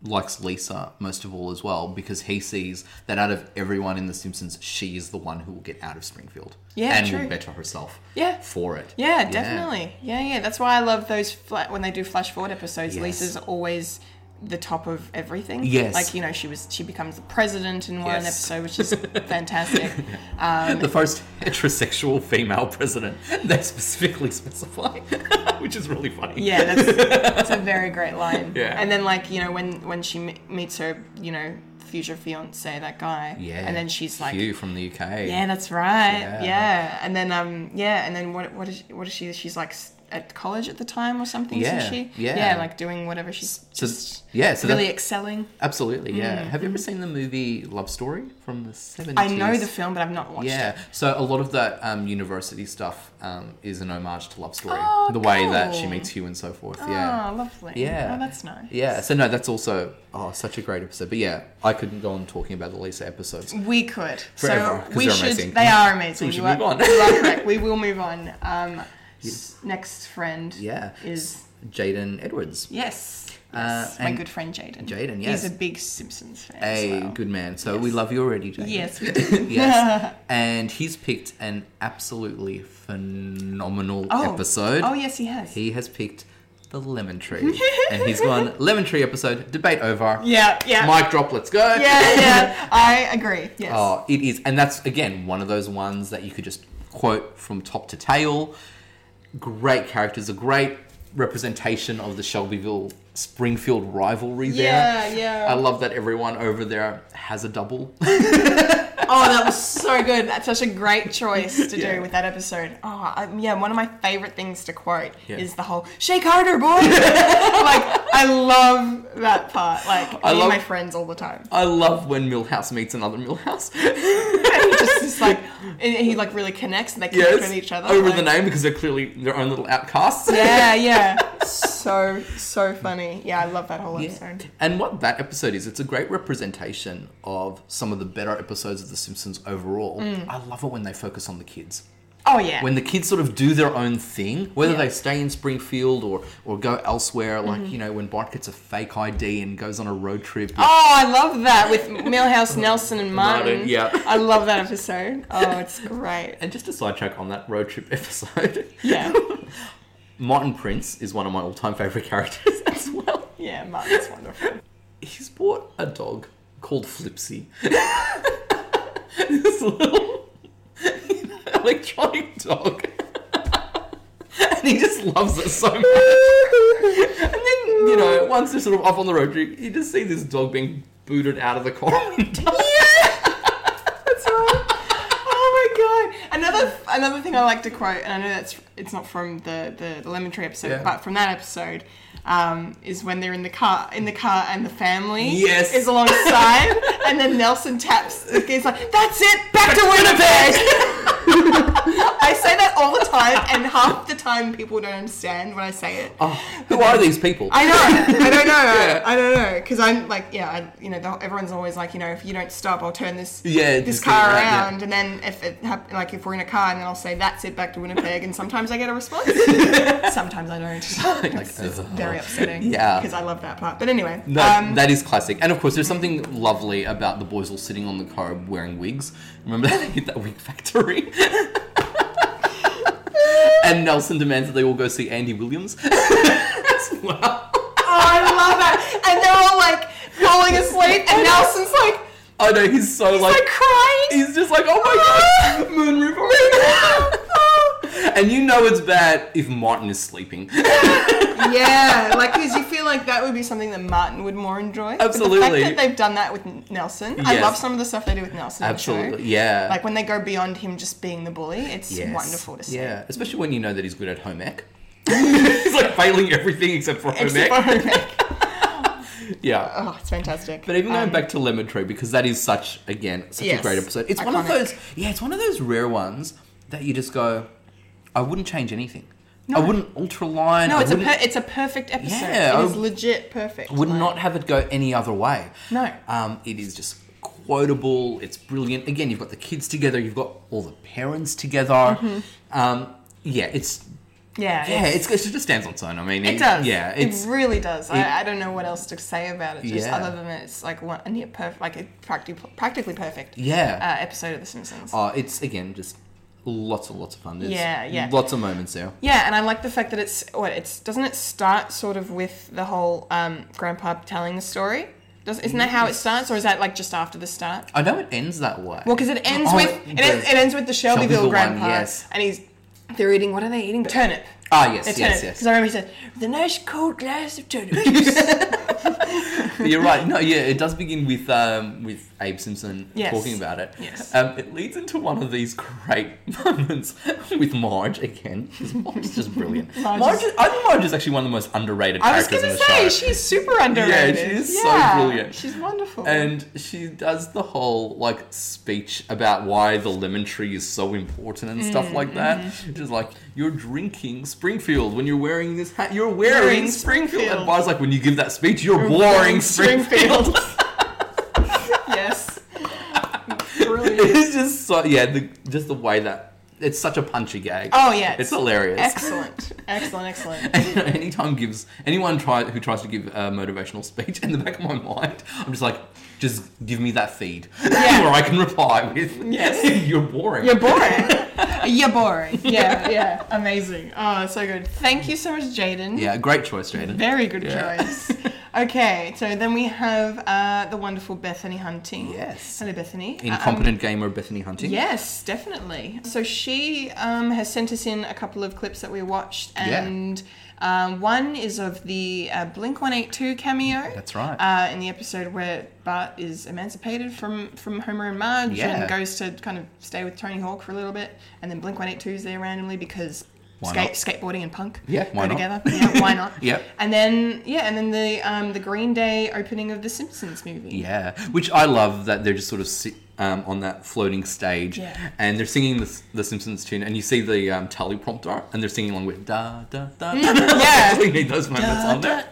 S2: likes Lisa most of all as well because he sees that out of everyone in The Simpsons, she is the one who will get out of Springfield.
S1: Yeah,
S2: And
S1: true.
S2: will better herself
S1: Yeah.
S2: for it.
S1: Yeah, definitely. Yeah, yeah. That's why I love those fla- when they do flash forward episodes.
S2: Yes.
S1: Lisa's always the top of everything.
S2: Yes.
S1: like you know, she was she becomes the president in one
S2: Yes.
S1: episode, which is fantastic.
S2: the first heterosexual female president, they specifically specify, which is really funny.
S1: Yeah, that's, that's a very great line.
S2: Yeah.
S1: And then like you know when when she m- meets her you know future fiance that guy.
S2: Yeah.
S1: And then she's like.
S2: Hugh from the UK.
S1: Yeah, that's right.
S2: Yeah.
S1: Yeah. And then um yeah, and then what what is what is she? She's like s- at college at the time or something,
S2: Yeah,
S1: isn't she?
S2: yeah.
S1: Yeah, like doing whatever she's
S2: So,
S1: just
S2: yeah, so
S1: really
S2: that,
S1: excelling.
S2: absolutely, yeah. Have you ever seen the movie Love Story from the 70s?
S1: I know the film, but I've not watched it.
S2: Yeah, so a lot of that um, university stuff um, is an homage to Love Story,
S1: Oh,
S2: the way that
S1: cool.
S2: she meets Hugh and so forth. Yeah,
S1: Oh, lovely.
S2: yeah,
S1: Oh, that's nice.
S2: Yeah, so no, that's also oh, such a great episode. But yeah, I couldn't go on talking about the Lisa episodes.
S1: We could.
S2: Forever,
S1: so
S2: 'cause
S1: we
S2: they're
S1: should.
S2: amazing.
S1: They are amazing.
S2: So we should
S1: You are-
S2: move on.
S1: you are correct. We will move on. Um, s- Next friend
S2: Yeah,
S1: is
S2: Jaden Edwards,
S1: yes,
S2: Uh,
S1: yes, my
S2: and-
S1: good friend Jaden.
S2: Jaden, yes.
S1: he's a big Simpsons fan.
S2: a
S1: as well.
S2: good man. So we love you already, Jaden.
S1: Yes, we do.
S2: yes, and he's picked an absolutely phenomenal
S1: Oh.
S2: episode.
S1: Oh yes, he has.
S2: He has picked the lemon tree, and he's gone lemon tree episode debate over.
S1: yeah, yeah,
S2: Mic drop, let's go.
S1: yeah, yeah. I agree. Yes.
S2: Oh, it is. And that's, again, one of those ones that you could just quote from top to tail. Great characters, a great representation of the Shelbyville Springfield rivalry
S1: Yeah,
S2: there.
S1: yeah.
S2: I love that everyone over there has a double.
S1: Oh, that was so good. That's such a great choice to
S2: Yeah.
S1: do with that episode. Oh, um, yeah, one of my favorite things to quote
S2: Yeah.
S1: is the whole "Shake harder, boy." like I love that part. Like me
S2: I
S1: and
S2: love-
S1: my friends all the time.
S2: I love when Millhouse meets another Millhouse.
S1: And he just is like, and he like really connects and they connect
S2: yes,
S1: with each other.
S2: over the
S1: like-
S2: name because they're clearly their own little outcasts.
S1: Yeah, yeah. So so funny. Yeah, I love that whole
S2: Yeah.
S1: episode.
S2: And what that episode is, it's a great representation of some of the better episodes of The Simpsons overall.
S1: Mm.
S2: I love it when they focus on the kids.
S1: Oh yeah.
S2: When the kids sort of do their own thing, whether
S1: Yeah. Mm-hmm.
S2: they stay in Springfield or, or go elsewhere, like, you know, when Bart gets a fake ID and goes on a road trip.
S1: Oh, I love that with Millhouse Nelson and Martin.
S2: Martin, yeah.
S1: I love that episode. Oh, it's great.
S2: And just a sidetrack on that road trip episode,
S1: Yeah.
S2: Martin Prince is one of my all time favourite characters as well.
S1: Yeah, Martin's wonderful.
S2: He's bought a dog called Flipsy. this little electronic dog. and he just loves it so much. And then, you know, once they're sort of off on the road trip, you just see this dog being booted out of the car.
S1: That's right. Oh my god. Another another thing I like to quote, and I know that's it's not from the the, the lemon tree episode,
S2: Yeah.
S1: but from that episode, um, is when they're in the car in the car and the family
S2: Yes.
S1: is alongside, and then Nelson taps. He's like, "That's it, back to Winnipeg." I say that all the time, and half the time people don't understand when I say it.
S2: Oh, who are these people?
S1: I know. I don't know.
S2: Yeah.
S1: I don't know because I'm like, yeah, I, you know, the, everyone's always like, you know, if you don't stop, I'll turn this
S2: Yeah,
S1: this
S2: just do it
S1: car
S2: right, yeah.
S1: around, and then if it hap- like if we're in a car, and then I'll say that's it back to Winnipeg, and sometimes I get a response, sometimes I don't.
S2: Like,
S1: It's, it's
S2: ugh.
S1: very upsetting.
S2: Yeah.
S1: because I love that part. But anyway,
S2: No,
S1: um,
S2: that is classic. And of course, there's something lovely about the boys all sitting on the curb wearing wigs. Remember that they hit that wig factory? and Nelson demands that they all go see Andy Williams as well.
S1: oh, I love that, and they're all like falling asleep, and Nelson's like,
S2: Oh no, he's so
S1: like,
S2: like,
S1: crying.
S2: he's just like, oh my god, Moonroof. oh my God." and you know it's bad if Martin is sleeping.
S1: yeah, like because you feel like that would be something that Martin would more enjoy. But the
S2: Absolutely.
S1: fact that they've done that with N- Nelson, I
S2: Yes.
S1: love some of the stuff they do with Nelson. in the show.
S2: Absolutely, yeah.
S1: Like when they go beyond him just being the bully, it's
S2: Yes.
S1: wonderful to see.
S2: Yeah, especially when you know that he's good at home ec. he's like failing everything except for home
S1: Except
S2: ec.
S1: for Homek.
S2: Yeah.
S1: Oh, it's fantastic.
S2: But even going
S1: Um,
S2: back to Lemon Tree, because that is such again such
S1: Yes.
S2: a great episode. It's one
S1: Iconic.
S2: of those yeah, it's one of those rare ones that you just go, I wouldn't change anything. I wouldn't ultra line.
S1: no,
S2: I
S1: it's a
S2: wouldn't,
S1: per- it's a perfect episode.
S2: Yeah, I
S1: it is
S2: w-
S1: legit perfect.
S2: would
S1: Like,
S2: not have it go any other way.
S1: No.
S2: Um, it is just quotable. It's brilliant. Again, you've got the kids together. You've got all the parents together.
S1: Mm-hmm.
S2: Um, yeah, it's
S1: Yeah,
S2: yeah,
S1: it's-
S2: it's, it just stands on its own. I mean,
S1: It does.
S2: Yeah, it's
S1: it really does.
S2: it-
S1: I, I don't know what else to say about it. Just
S2: Yeah.
S1: other than it's like one, a near perfect, like a practically practically perfect
S2: yeah.
S1: uh, episode of The Simpsons.
S2: Oh, it's again just lots and lots of fun. There's
S1: Yeah, yeah.
S2: Lots of moments there.
S1: Yeah, and I like the fact that it's what it's doesn't it start sort of with the whole um, grandpa telling the story? Does, isn't that how it starts, or is that like just after the start?
S2: I know Oh, it ends that way.
S1: Well, because it ends
S2: Oh,
S1: with it,
S2: the-
S1: ends, it ends with the Shelbyville,
S2: Shelbyville one,
S1: grandpa,
S2: yes.
S1: and he's they're eating what are they eating? Turnip.
S2: ah, yes,
S1: They're
S2: yes,
S1: turnip.
S2: yes.
S1: Because I remember he said the nice cold glass of turnip juice.
S2: You're right. No, yeah, it does begin with um, with Abe Simpson
S1: Yes.
S2: talking about it.
S1: Yes.
S2: Um, it leads into one of these great moments with Marge again. She's Marge's just brilliant.
S1: Marge
S2: Marge,
S1: is-
S2: is, I think Marge is actually one of the most underrated
S1: I was
S2: characters
S1: gonna
S2: in the show.
S1: say she's super underrated.
S2: she's so brilliant.
S1: She's wonderful.
S2: and she does the whole like speech about why the lemon tree is so important and stuff like that.
S1: Mm-hmm.
S2: She's like, "You're drinking Springfield when you're wearing this hat. You're wearing,
S1: Wearing
S2: Springfield."
S1: Springfield.
S2: And Bar's like, "When you give that speech, you're, wearing Springfield."
S1: yes. Brilliant.
S2: it's just so yeah, the, just the way that it's such a punchy gag.
S1: Oh, yeah, it's
S2: it's hilarious.
S1: Excellent. Excellent. Excellent.
S2: And, you know, anytime gives anyone try who tries to give a motivational speech in the back of my mind, I'm just like, just give me that feed
S1: Yeah.
S2: where I can reply with,
S1: Yes.
S2: you're boring.
S1: You're boring. You're boring. Yeah, yeah. Amazing. Oh, so good. Thank you so much, Jaden.
S2: Yeah, great choice, Jaden.
S1: Very good
S2: Yeah.
S1: choice. Okay, so then we have uh, the wonderful Bethany Hunting.
S2: Yes.
S1: Hello, Bethany. Um,
S2: Incompetent gamer Bethany Hunting.
S1: Yes, definitely. So she um, has sent us in a couple of clips that we watched,
S2: Yeah.
S1: and um, one is of the uh, Blink One Eight Two cameo.
S2: That's right.
S1: Uh, in the episode where Bart is emancipated from from Homer and Marge,
S2: Yeah.
S1: and goes to kind of stay with Tony Hawk for a little bit, and then Blink One Eight Two is there randomly because
S2: Why
S1: skate,
S2: not?
S1: skateboarding and punk
S2: Yeah,
S1: go
S2: why not?
S1: together. Yeah, why not?
S2: Yep.
S1: And then yeah, and then the um, the Green Day opening of the Simpsons movie.
S2: Yeah, which I love that they're just sort of sit um, on that floating stage,
S1: Yeah.
S2: and they're singing the, the Simpsons tune, and you see the um, teleprompter, and they're singing along with da da da. da,
S1: Mm.
S2: da.
S1: Yeah.
S2: we need those moments on there.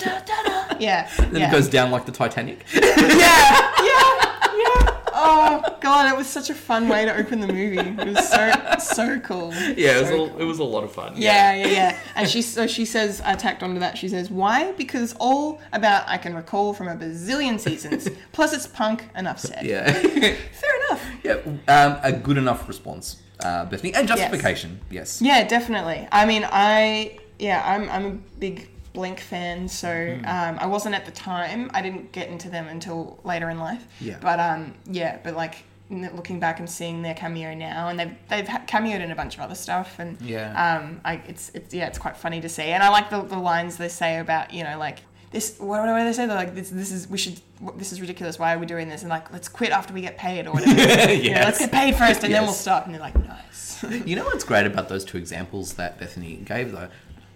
S1: Yeah.
S2: Then
S1: yeah.
S2: it goes down like the Titanic.
S1: yeah, yeah, yeah. Oh god, it was such a fun way to open the movie. It was so so cool.
S2: Yeah, it was
S1: So
S2: a, it was a lot of fun.
S1: Yeah, yeah, yeah. And she so she says I tacked onto that. She says why? Because all about I can recall from a bazillion seasons. Plus it's punk. Enough said.
S2: yeah,
S1: Fair enough.
S2: yeah. Um, a good enough response, uh, Bethany, and justification. Yes.
S1: Yeah, definitely. I mean, I yeah, I'm I'm a big Blink fan, so
S2: Hmm.
S1: um, I wasn't at the time. I didn't get into them until later in life.
S2: Yeah.
S1: But um, yeah, but like n- looking back and seeing their cameo now, and they've they've ha- cameoed in a bunch of other stuff, and
S2: Yeah.
S1: um, I, it's it's yeah, it's quite funny to see, and I like the the lines they say about you know like. This, what, what do they say? They're like, this, this is we should. This is ridiculous. Why are we doing this? And like, let's quit after we get paid or whatever. You know,
S2: Yes.
S1: let's get paid first, and then we'll
S2: Yes.
S1: stop. And they're like, nice.
S2: You know what's great about those two examples that Bethany gave, though?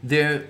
S2: They're,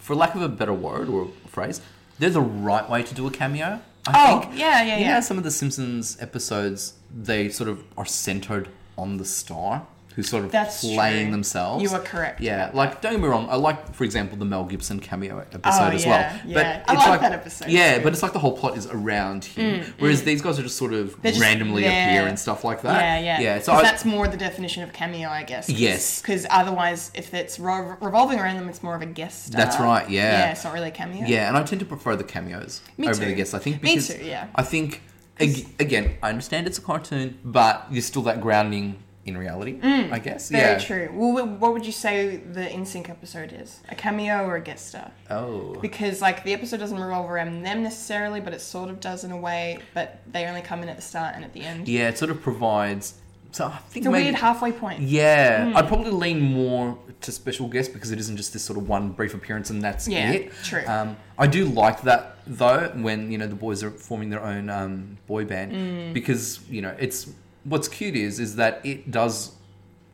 S2: for lack of a better word or phrase, they're the right way to do a cameo. I
S1: Oh,
S2: think.
S1: yeah, yeah,
S2: You know,
S1: yeah.
S2: how some of the Simpsons episodes, they sort of are centered on the star who's sort of
S1: That's
S2: playing
S1: true.
S2: themselves.
S1: You are correct
S2: Yeah,
S1: about
S2: like, don't get me wrong, I like, for example, the Mel Gibson cameo e-, episode as
S1: Oh, yeah,
S2: well.
S1: yeah. I like that episode
S2: Yeah,
S1: too. Mm,
S2: but it's like the whole plot is around him. whereas these guys are just sort of
S1: They're just
S2: randomly
S1: there.
S2: appear and stuff like that.
S1: Yeah, yeah.
S2: Yeah, so
S1: 'Cause
S2: I,
S1: that's more the definition of cameo, I guess.
S2: Yes.
S1: Because otherwise, if it's ro- revolving around them, it's more of a guest star.
S2: That's right, yeah.
S1: Yeah, it's not really a cameo.
S2: Yeah, and I tend to prefer the cameos
S1: Me
S2: over
S1: too.
S2: the guests. I think
S1: Me
S2: because
S1: too, yeah.
S2: I think ag- again, I understand it's a cartoon, but there's still that grounding in reality. I guess.
S1: Mm, Very
S2: yeah.
S1: true. Well, wh- what would you say the InSync episode is? A cameo or a guest star?
S2: Oh.
S1: Because like the episode doesn't revolve around them necessarily, but it sort of does in a way. But they only come in at the start and at the end.
S2: Yeah, it sort of provides. So I think
S1: It's a
S2: maybe.
S1: weird Hmm. halfway point.
S2: yeah, I'd probably lean more to special guest because it isn't just this sort of one brief appearance and that's
S1: Yeah,
S2: it.
S1: true.
S2: Um, I do like that though when you know the boys are forming their own um, boy band
S1: Hmm.
S2: because you know it's what's cute is is that it does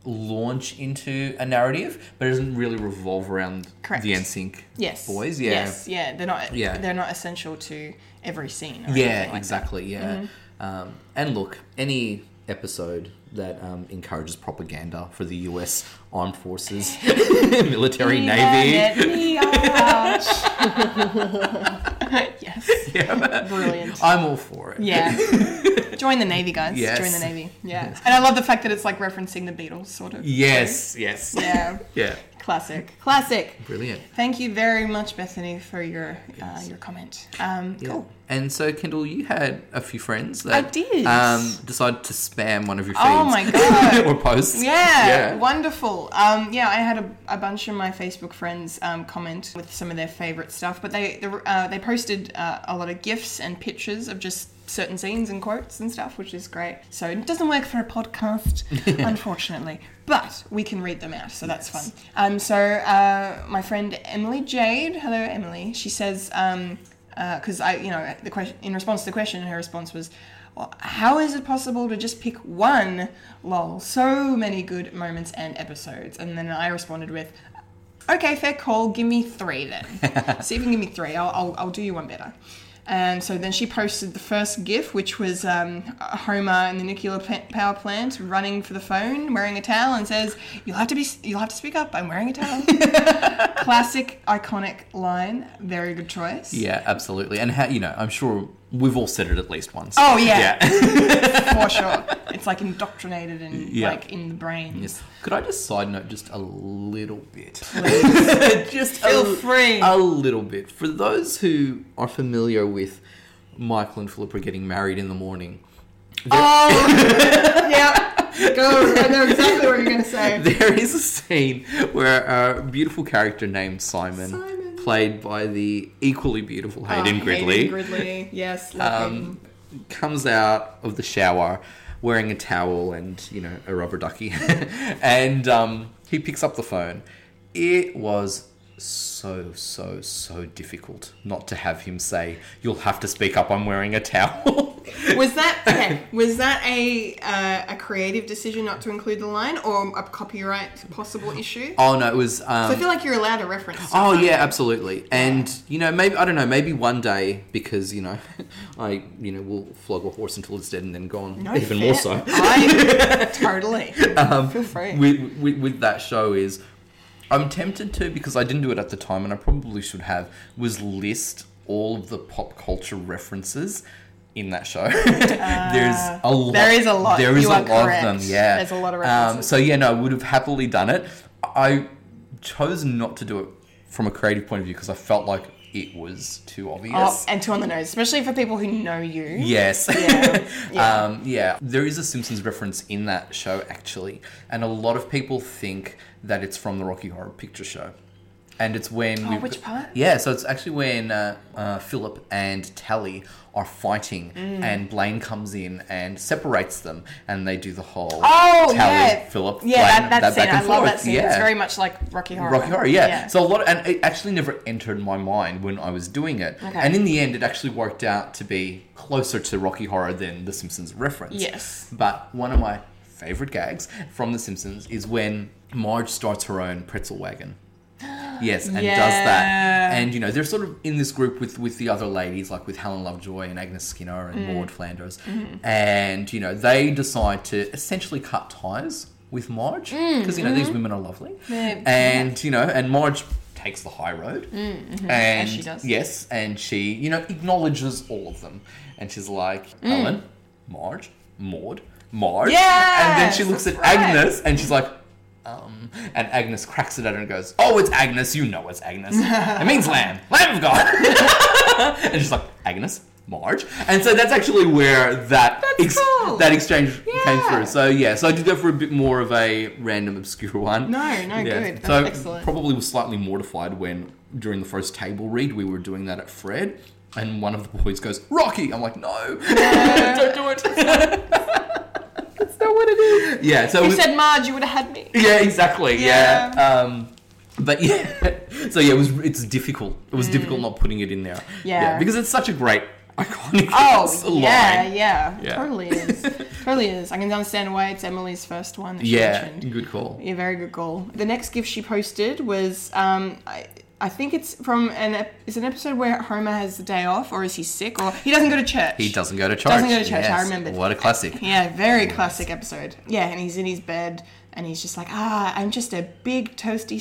S2: launch into a narrative but it doesn't really revolve around
S1: Correct.
S2: the NSYNC
S1: Yes.
S2: boys. Yeah,
S1: Yes. Yeah. They're not.
S2: Yeah.
S1: They're not essential to every scene. or
S2: yeah,
S1: anything like that. Mm-hmm.
S2: exactly. Yeah. Um, and look, any episode that um, encourages propaganda for the U.S. armed forces, military, navy,
S1: yes. Brilliant.
S2: I'm all for it.
S1: Yeah. Join the Navy, guys.
S2: Oh. Yes.
S1: Join the Navy. Yeah. And I love the fact that it's like referencing the Beatles, sort of.
S2: Yes. Yes.
S1: Yeah.
S2: Yeah.
S1: Classic. Classic.
S2: Brilliant.
S1: Thank you very much, Bethany, for your uh,
S2: Yes.
S1: your comment. Um,
S2: Yeah.
S1: Cool.
S2: And so, Kendall, you had a few friends that
S1: I did.
S2: Um, decided to spam one of your feeds.
S1: Oh my God.
S2: or posts.
S1: Yeah,
S2: Yeah.
S1: wonderful. Um, yeah, I had a, a bunch of my Facebook friends um, comment with some of their favorite stuff, but they they, uh, they posted uh, a lot of gifs and pictures of just certain scenes and quotes and stuff, which is great. So it doesn't work for a podcast, unfortunately, but we can read them out, so that's fun. Um, so uh, my friend Emily Jade, hello Emily, she says. Um, because I, you know, the question in response to the question, her response was, well, "How is it possible to just pick one? Lol, so many good moments and episodes." And then I responded with, "Okay, fair call. Give me three then. See if you can give me three. I'll, I'll, I'll do you one better." And so then she posted the first GIF, which was um, Homer in the nuclear pa- power plant running for the phone, wearing a towel, and says, "You'll have to be, you'll have to speak up. I'm wearing a towel." Classic, iconic line. Very good choice.
S2: Yeah, absolutely. And how, you know, I'm sure we've all said it at least once.
S1: Oh, yeah.
S2: Yeah.
S1: for sure. It's like indoctrinated and
S2: Yeah.
S1: like in the brain.
S2: Yes. Could I just side note just a little bit? just
S1: Feel
S2: a,
S1: free.
S2: a little bit. For those who are familiar with Michael and Philippa getting married in the morning,
S1: Oh, yeah. Go. I know exactly what you're gonna say.
S2: there is a scene where a beautiful character named Simon,
S1: Simon.
S2: played by the equally beautiful
S1: Oh,
S2: Hayden Gridley,
S1: Hayden Gridley. Yes. Love
S2: um, comes out of the shower wearing a towel and you know a rubber ducky, and um, he picks up the phone. It was so, so, so difficult not to have him say, You'll have to speak up, I'm wearing a towel.
S1: Was that okay? Was that a uh, a creative decision not to include the line, or a copyright possible issue?
S2: oh, no, it was.
S1: So I
S2: Um,
S1: feel like you're allowed a reference. to
S2: oh,
S1: that.
S2: yeah, absolutely. And, you know, maybe, I don't know, maybe one day, because, you know, I, you know, will flog a horse until it's dead and then gone,
S1: No
S2: even
S1: fair.
S2: more so.
S1: I, totally. Feel free.
S2: Um, with, with, with that show is I'm tempted to because I didn't do it at the time and I probably should have was list all of the pop culture references in that show. There's a lot.
S1: Ah. there is a lot.
S2: There is
S1: You
S2: a
S1: are
S2: lot
S1: correct.
S2: of them. Yeah.
S1: There's a lot of
S2: Um,
S1: references.
S2: so yeah, no, I would have happily done it. I chose not to do it from a creative point of view because I felt like it was too
S1: Oh,
S2: obvious.
S1: and two on the nose, especially for people who know you.
S2: Yes.
S1: Yeah. Yeah.
S2: Um, yeah, there is a Simpsons reference in that show actually, and a lot of people think that it's from the Rocky Horror Picture Show, and it's when
S1: Oh,
S2: we've-
S1: which part?
S2: Yeah, so it's actually when uh, uh, Philip and Tally are fighting,
S1: Mm.
S2: and Blaine comes in and separates them, and they do the whole
S1: Oh,
S2: Tally
S1: yeah.
S2: Philip Blaine,
S1: yeah, that, that,
S2: that
S1: scene.
S2: back and
S1: I love
S2: forth.
S1: that scene.
S2: Yeah.
S1: It's very much like Rocky Horror.
S2: Rocky Horror, yeah. So a lot, and it actually never entered my mind when I was doing it.
S1: Okay.
S2: And in the end, it actually worked out to be closer to Rocky Horror than The Simpsons reference.
S1: Yes.
S2: But one of my favorite gags from The Simpsons is when Marge starts her own pretzel wagon. Yes, and does that,
S1: Yeah.
S2: and you know they're sort of in this group with with the other ladies, like with Helen Lovejoy and Agnes Skinner
S1: Mm.
S2: and Maud Flanders,
S1: Mm-hmm.
S2: and you know they decide to essentially cut ties with Marge because you know these women are lovely,
S1: Mm, mm-hmm. They're-
S2: and you know, and Marge takes the high road, and
S1: Mm, mm-hmm. As she does.
S2: yes, and she you know acknowledges all of them, and she's like
S1: Mm.
S2: Helen, Marge, Maud, Marge, and then she
S1: Yes,
S2: looks at
S1: that's right.
S2: Agnes and she's like. Um, and Agnes cracks it at her and goes, "Oh, it's Agnes. You know it's Agnes. it means lamb, lamb of God." and she's like, "Agnes, Marge." And so that's actually where that
S1: cool.
S2: that exchange came
S1: Yeah.
S2: through. So yeah, so I did go for a bit more of a random, obscure one.
S1: No, no, good. That's
S2: so
S1: excellent.
S2: probably was slightly mortified when during the first table read we were doing that at Fred, and one of the boys goes, "Rocky." I'm like, "No, don't do it."
S1: That's not what it is.
S2: yeah. So
S1: You
S2: we-
S1: said Marge, you would have had me.
S2: yeah, exactly. Yeah.
S1: Yeah.
S2: Um, but yeah, so yeah, it was. It's difficult. It was difficult not putting it in there.
S1: Mm. Yeah.
S2: because it's such a great iconic.
S1: Oh, yeah,
S2: line.
S1: yeah,
S2: Yeah.
S1: Totally is. totally is. I can understand why it's Emily's first one that she
S2: Yeah,
S1: mentioned.
S2: good call.
S1: Yeah, very good goal. The next gift she posted was, um, I, I think it's from an ep- it's an episode where Homer has the day off, or is he sick, or he doesn't go to church.
S2: He doesn't go to church.
S1: Doesn't go to church, I
S2: Yes.
S1: remembered.
S2: What a classic.
S1: Yeah, very classic episode. Yeah, and he's in his bed and he's just like, ah, I'm just a big toasty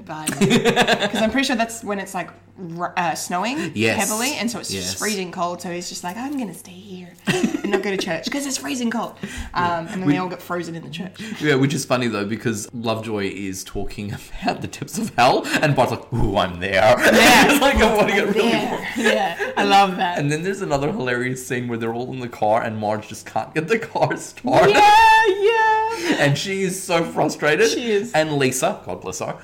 S1: bun. Because I'm pretty sure that's when it's like r- uh, snowing
S2: Yes.
S1: heavily, and so it's
S2: Yes.
S1: just freezing cold. So he's just like, I'm gonna stay here and not go to church because it's freezing cold. Um, and then they all get frozen in the church.
S2: Yeah, which is funny though because Lovejoy is talking about the depths of hell, and Bart's like, "Ooh, I'm there."
S1: Yeah.
S2: It's like I want to get rid of you.
S1: Yeah, yeah, I love that.
S2: And then there's another hilarious scene where they're all in the car, and Marge just can't get the car started.
S1: yeah, yeah.
S2: and she is so frustrated.
S1: She is.
S2: And Lisa, God bless her,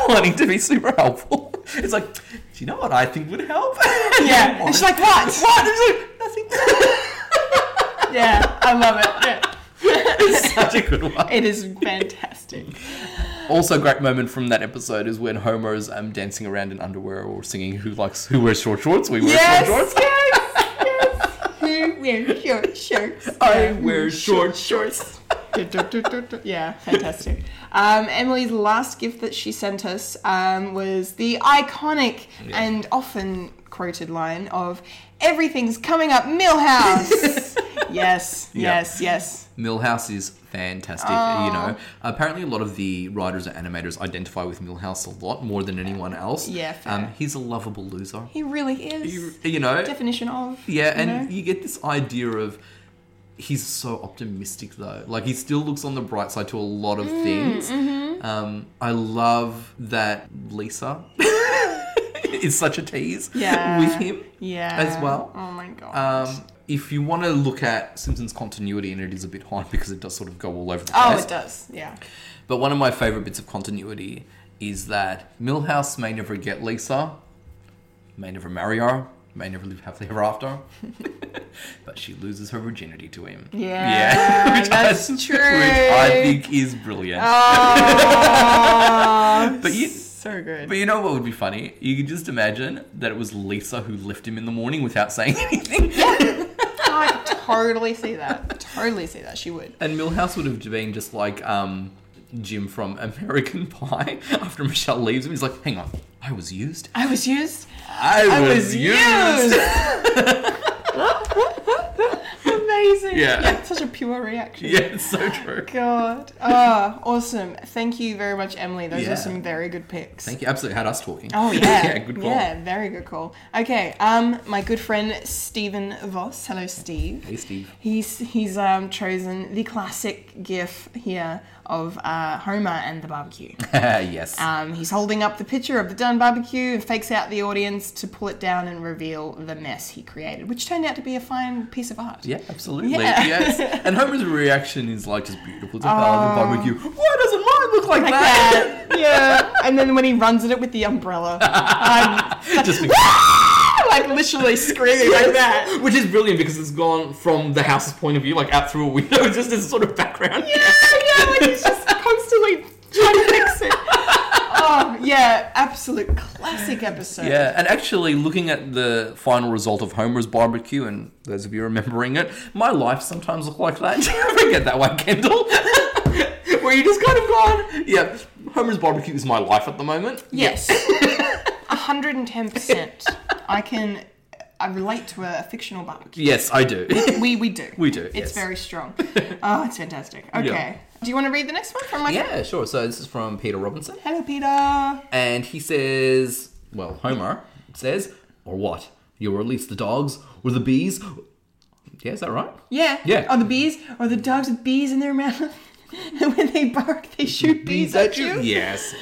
S2: wanting to be super helpful. It's like, do you know what I think would help?
S1: Yeah. And she's like, what?
S2: what? It's like, nothing.
S1: Yeah, I love it. Yeah.
S2: it's such a good one.
S1: It is fantastic.
S2: Also, great moment from that episode is when Homer's um, dancing around in underwear or singing "Who likes Who wears short shorts? We wear short shorts.
S1: yes, yes. Wear short shorts.
S2: I wear short shorts."
S1: yeah, fantastic. Um, Emily's last gift that she sent us um, was the iconic and often quoted line of "Everything's coming up, Millhouse." yes,
S2: Yeah.
S1: yes, yes.
S2: Millhouse is fantastic. You know, apparently a lot of the writers and animators identify with Millhouse a lot more than anyone else.
S1: Yeah, fair.
S2: Um, he's a lovable loser.
S1: He really is.
S2: You, you know,
S1: Definition of
S2: Yeah, and
S1: know?
S2: you get this idea of he's so optimistic though. Like he still looks on the bright side to a lot of
S1: Mm,
S2: things.
S1: mm-hmm.
S2: Um, I love that Lisa is such a tease
S1: yeah
S2: with him.
S1: yeah
S2: as well.
S1: Oh my god.
S2: Um, if you want to look at Simpsons continuity, and it is a bit hard because it does sort of go all over the place.
S1: oh, it does. Yeah.
S2: But one of my favorite bits of continuity is that Millhouse may never get Lisa, may never marry her, may never live happily ever after, but she loses her virginity to him.
S1: Yeah,
S2: which
S1: that's
S2: I,
S1: true.
S2: Which I think is brilliant.
S1: Oh,
S2: But you,
S1: so good.
S2: But you know what would be funny? You could just imagine that it was Lisa who left him in the morning without saying anything.
S1: I totally see that. Totally see that. She would.
S2: And Millhouse would have been just like um, Jim from American Pie after Michelle leaves him. He's like, hang on, I was used.
S1: I was used.
S2: I,
S1: I was used. Amazing.
S2: Yeah.
S1: Such a pure reaction.
S2: yeah, it's so true.
S1: God. Ah, awesome. Thank you very much, Emily. Those
S2: Yeah.
S1: are some very good picks.
S2: Thank you. Absolutely had us talking.
S1: Oh yeah.
S2: yeah, good call.
S1: Yeah, very good call. Okay, um, my good friend Stephen Voss. Hello, Steve.
S2: Hey, Steve.
S1: He's he's um chosen the classic GIF here of uh, Homer and the barbecue.
S2: yes.
S1: Um, he's holding up the picture of the done barbecue and fakes out the audience to pull it down and reveal the mess he created, which turned out to be a fine piece of art.
S2: yeah, absolutely.
S1: Yeah.
S2: Yes. And Homer's reaction is like just beautiful. It's like, oh, the barbecue. Why doesn't mine look like,
S1: Like
S2: that?
S1: that. yeah. And then when he runs at it with the umbrella, I'm
S2: just
S1: like literally screaming like that.
S2: Which is brilliant because it's gone from the house's point of view, like out through a window, just this sort of background.
S1: yeah, yeah, like he's just constantly trying to fix it. Oh, yeah, absolute classic episode.
S2: Yeah, and actually, looking at the final result of Homer's barbecue, and those of you remembering it, my life sometimes looked like that. Do you ever get that way, Kendall? Where you just kind of gone, yeah, Homer's barbecue is my life at the moment.
S1: Yes. 110%. I can I relate to a fictional barbecue.
S2: Yes, I do.
S1: We we do.
S2: We do,
S1: It's
S2: yes.
S1: very strong. Oh, it's fantastic. Okay. Do you want to read the next one from my
S2: yeah, sure. So this is from Peter Robinson,
S1: Hello Peter.
S2: and he says, well, Homer says, or what? You'll release the dogs or the bees. Yeah, is that right?
S1: Yeah.
S2: Yeah.
S1: Are the bees or the dogs with bees in their mouth? And when they bark, they shoot bees, at you.
S2: Yes.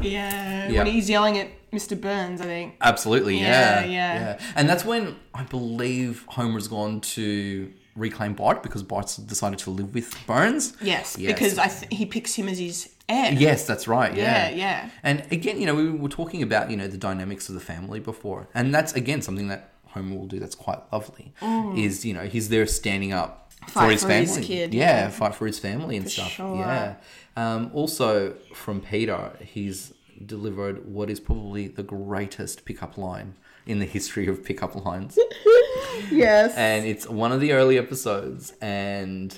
S1: Yeah.
S2: Yeah.
S1: When he's yelling at Mr. Burns, I think.
S2: Absolutely, yeah,
S1: Yeah, yeah.
S2: And that's when I believe Homer's gone to reclaim Bart because Bart's decided to live with Burns.
S1: Yes,
S2: Yes.
S1: because I th- he picks him as his heir.
S2: Yes, that's right. Yeah.
S1: Yeah, yeah.
S2: And again, you know, we were talking about, you know, the dynamics of the family before. And that's again something that Homer will do that's quite lovely. Is, you know, he's there standing up for
S1: Mm. Fight
S2: his
S1: for
S2: family.
S1: his kid,
S2: Yeah, fight for his family and stuff.
S1: sure.
S2: Yeah. Um, also from Peter, he's delivered what is probably the greatest pickup line in the history of pickup lines.
S1: Yes.
S2: and it's one of the early episodes and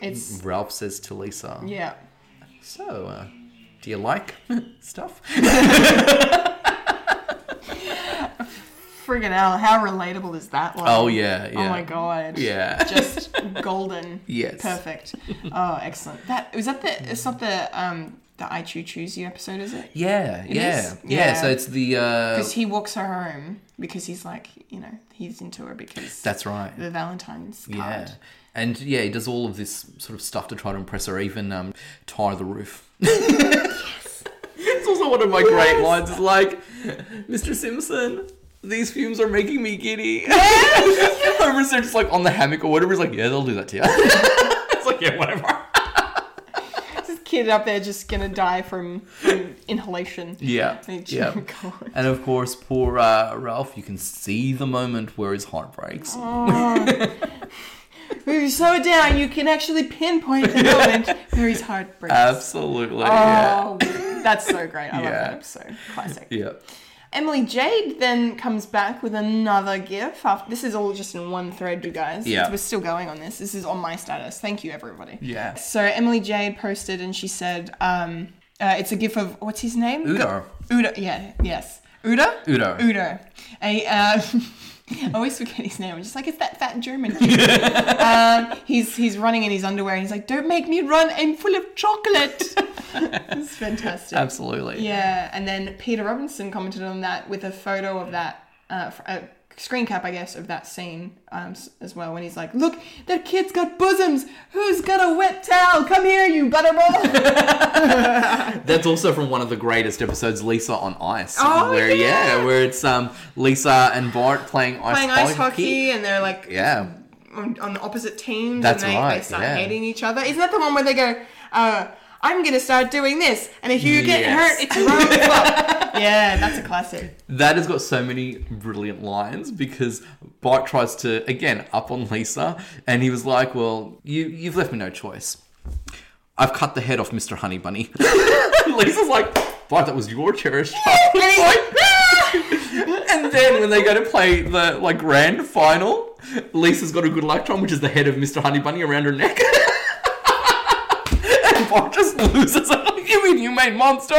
S1: it's
S2: Ralph says to Lisa,
S1: yeah.
S2: "So, uh, do you like stuff?"
S1: Friggin' hell, how relatable is that one?
S2: Oh yeah, yeah.
S1: Oh my god.
S2: Yeah.
S1: Just golden.
S2: Yes.
S1: Perfect. Oh, excellent. That was that the it's not the um the I Choo Choose You episode,
S2: Uh,
S1: is it?
S2: Yeah, yeah,
S1: is?
S2: yeah,
S1: Yeah.
S2: So it's the uh,
S1: Because he walks her home because he's like, you know, he's into her because
S2: that's right.
S1: the Valentine's card.
S2: Yeah, and yeah, he does all of this sort of stuff to try to impress her. Even um, tar the roof. It's also one of my great lines. It's like, Mr. Simpson, these fumes are making me giddy. Homer's there just like on the hammock or whatever. He's like, yeah, they'll do that to you. it's like, yeah, whatever.
S1: This kid up there just gonna die from, from inhalation.
S2: Yeah.
S1: Thank you,
S2: yeah.
S1: God.
S2: And of course, poor uh, Ralph, you can see the moment where his heart breaks.
S1: If you Oh. slow it down, you can actually pinpoint the moment where his heart breaks.
S2: Absolutely. Uh, Yeah.
S1: oh, that's so great. I love
S2: Yeah.
S1: that episode. Classic.
S2: Yeah.
S1: Emily Jade then comes back with another GIF. After, this is all just in one thread, you guys.
S2: Yeah.
S1: We're still going on this. This is on my status. Thank you, everybody.
S2: Yeah.
S1: So Emily Jade posted and she said, um, uh, it's a GIF of, what's his name?
S2: Udo.
S1: Udo, yeah, yes. Udo?
S2: Udo.
S1: Udo. A, uh, I always forget his name. I'm just like, it's that fat German kid. um, he's, he's running in his underwear and he's like, don't make me run. I'm full of chocolate. it's fantastic.
S2: Absolutely.
S1: Yeah, and then Peter Robinson commented on that with a photo of that, uh, f- a screen cap, I guess, of that scene um, s- as well. When he's like, "Look, that kid's got bosoms. Who's got a wet towel? Come here, you butterball."
S2: That's also from one of the greatest episodes, Lisa on Ice.
S1: Oh,
S2: where,
S1: yeah.
S2: where it's um, Lisa and Bart playing ice
S1: Playing
S2: hockey.
S1: ice hockey, and they're like
S2: Yeah.
S1: on, on the opposite teams,
S2: That's
S1: and they,
S2: right,
S1: they start
S2: yeah.
S1: hating each other. Isn't that the one where they go, uh, "I'm gonna start doing this, and if you get
S2: Yes.
S1: hurt, it's your own fault." Yeah, that's a classic.
S2: That has got so many brilliant lines because Bart tries to again up on Lisa, and he was like, "Well, you you've left me no choice. I've cut the head off Mister Honey Bunny." Lisa's like, But that was your cherished child.
S1: And he's like, "Ah!"
S2: and then when they go to play the like grand final, Lisa's got a good luck charm, which is the head of Mr. Honey Bunny around her neck. and Bob just loses it. Like, you inhumane monster!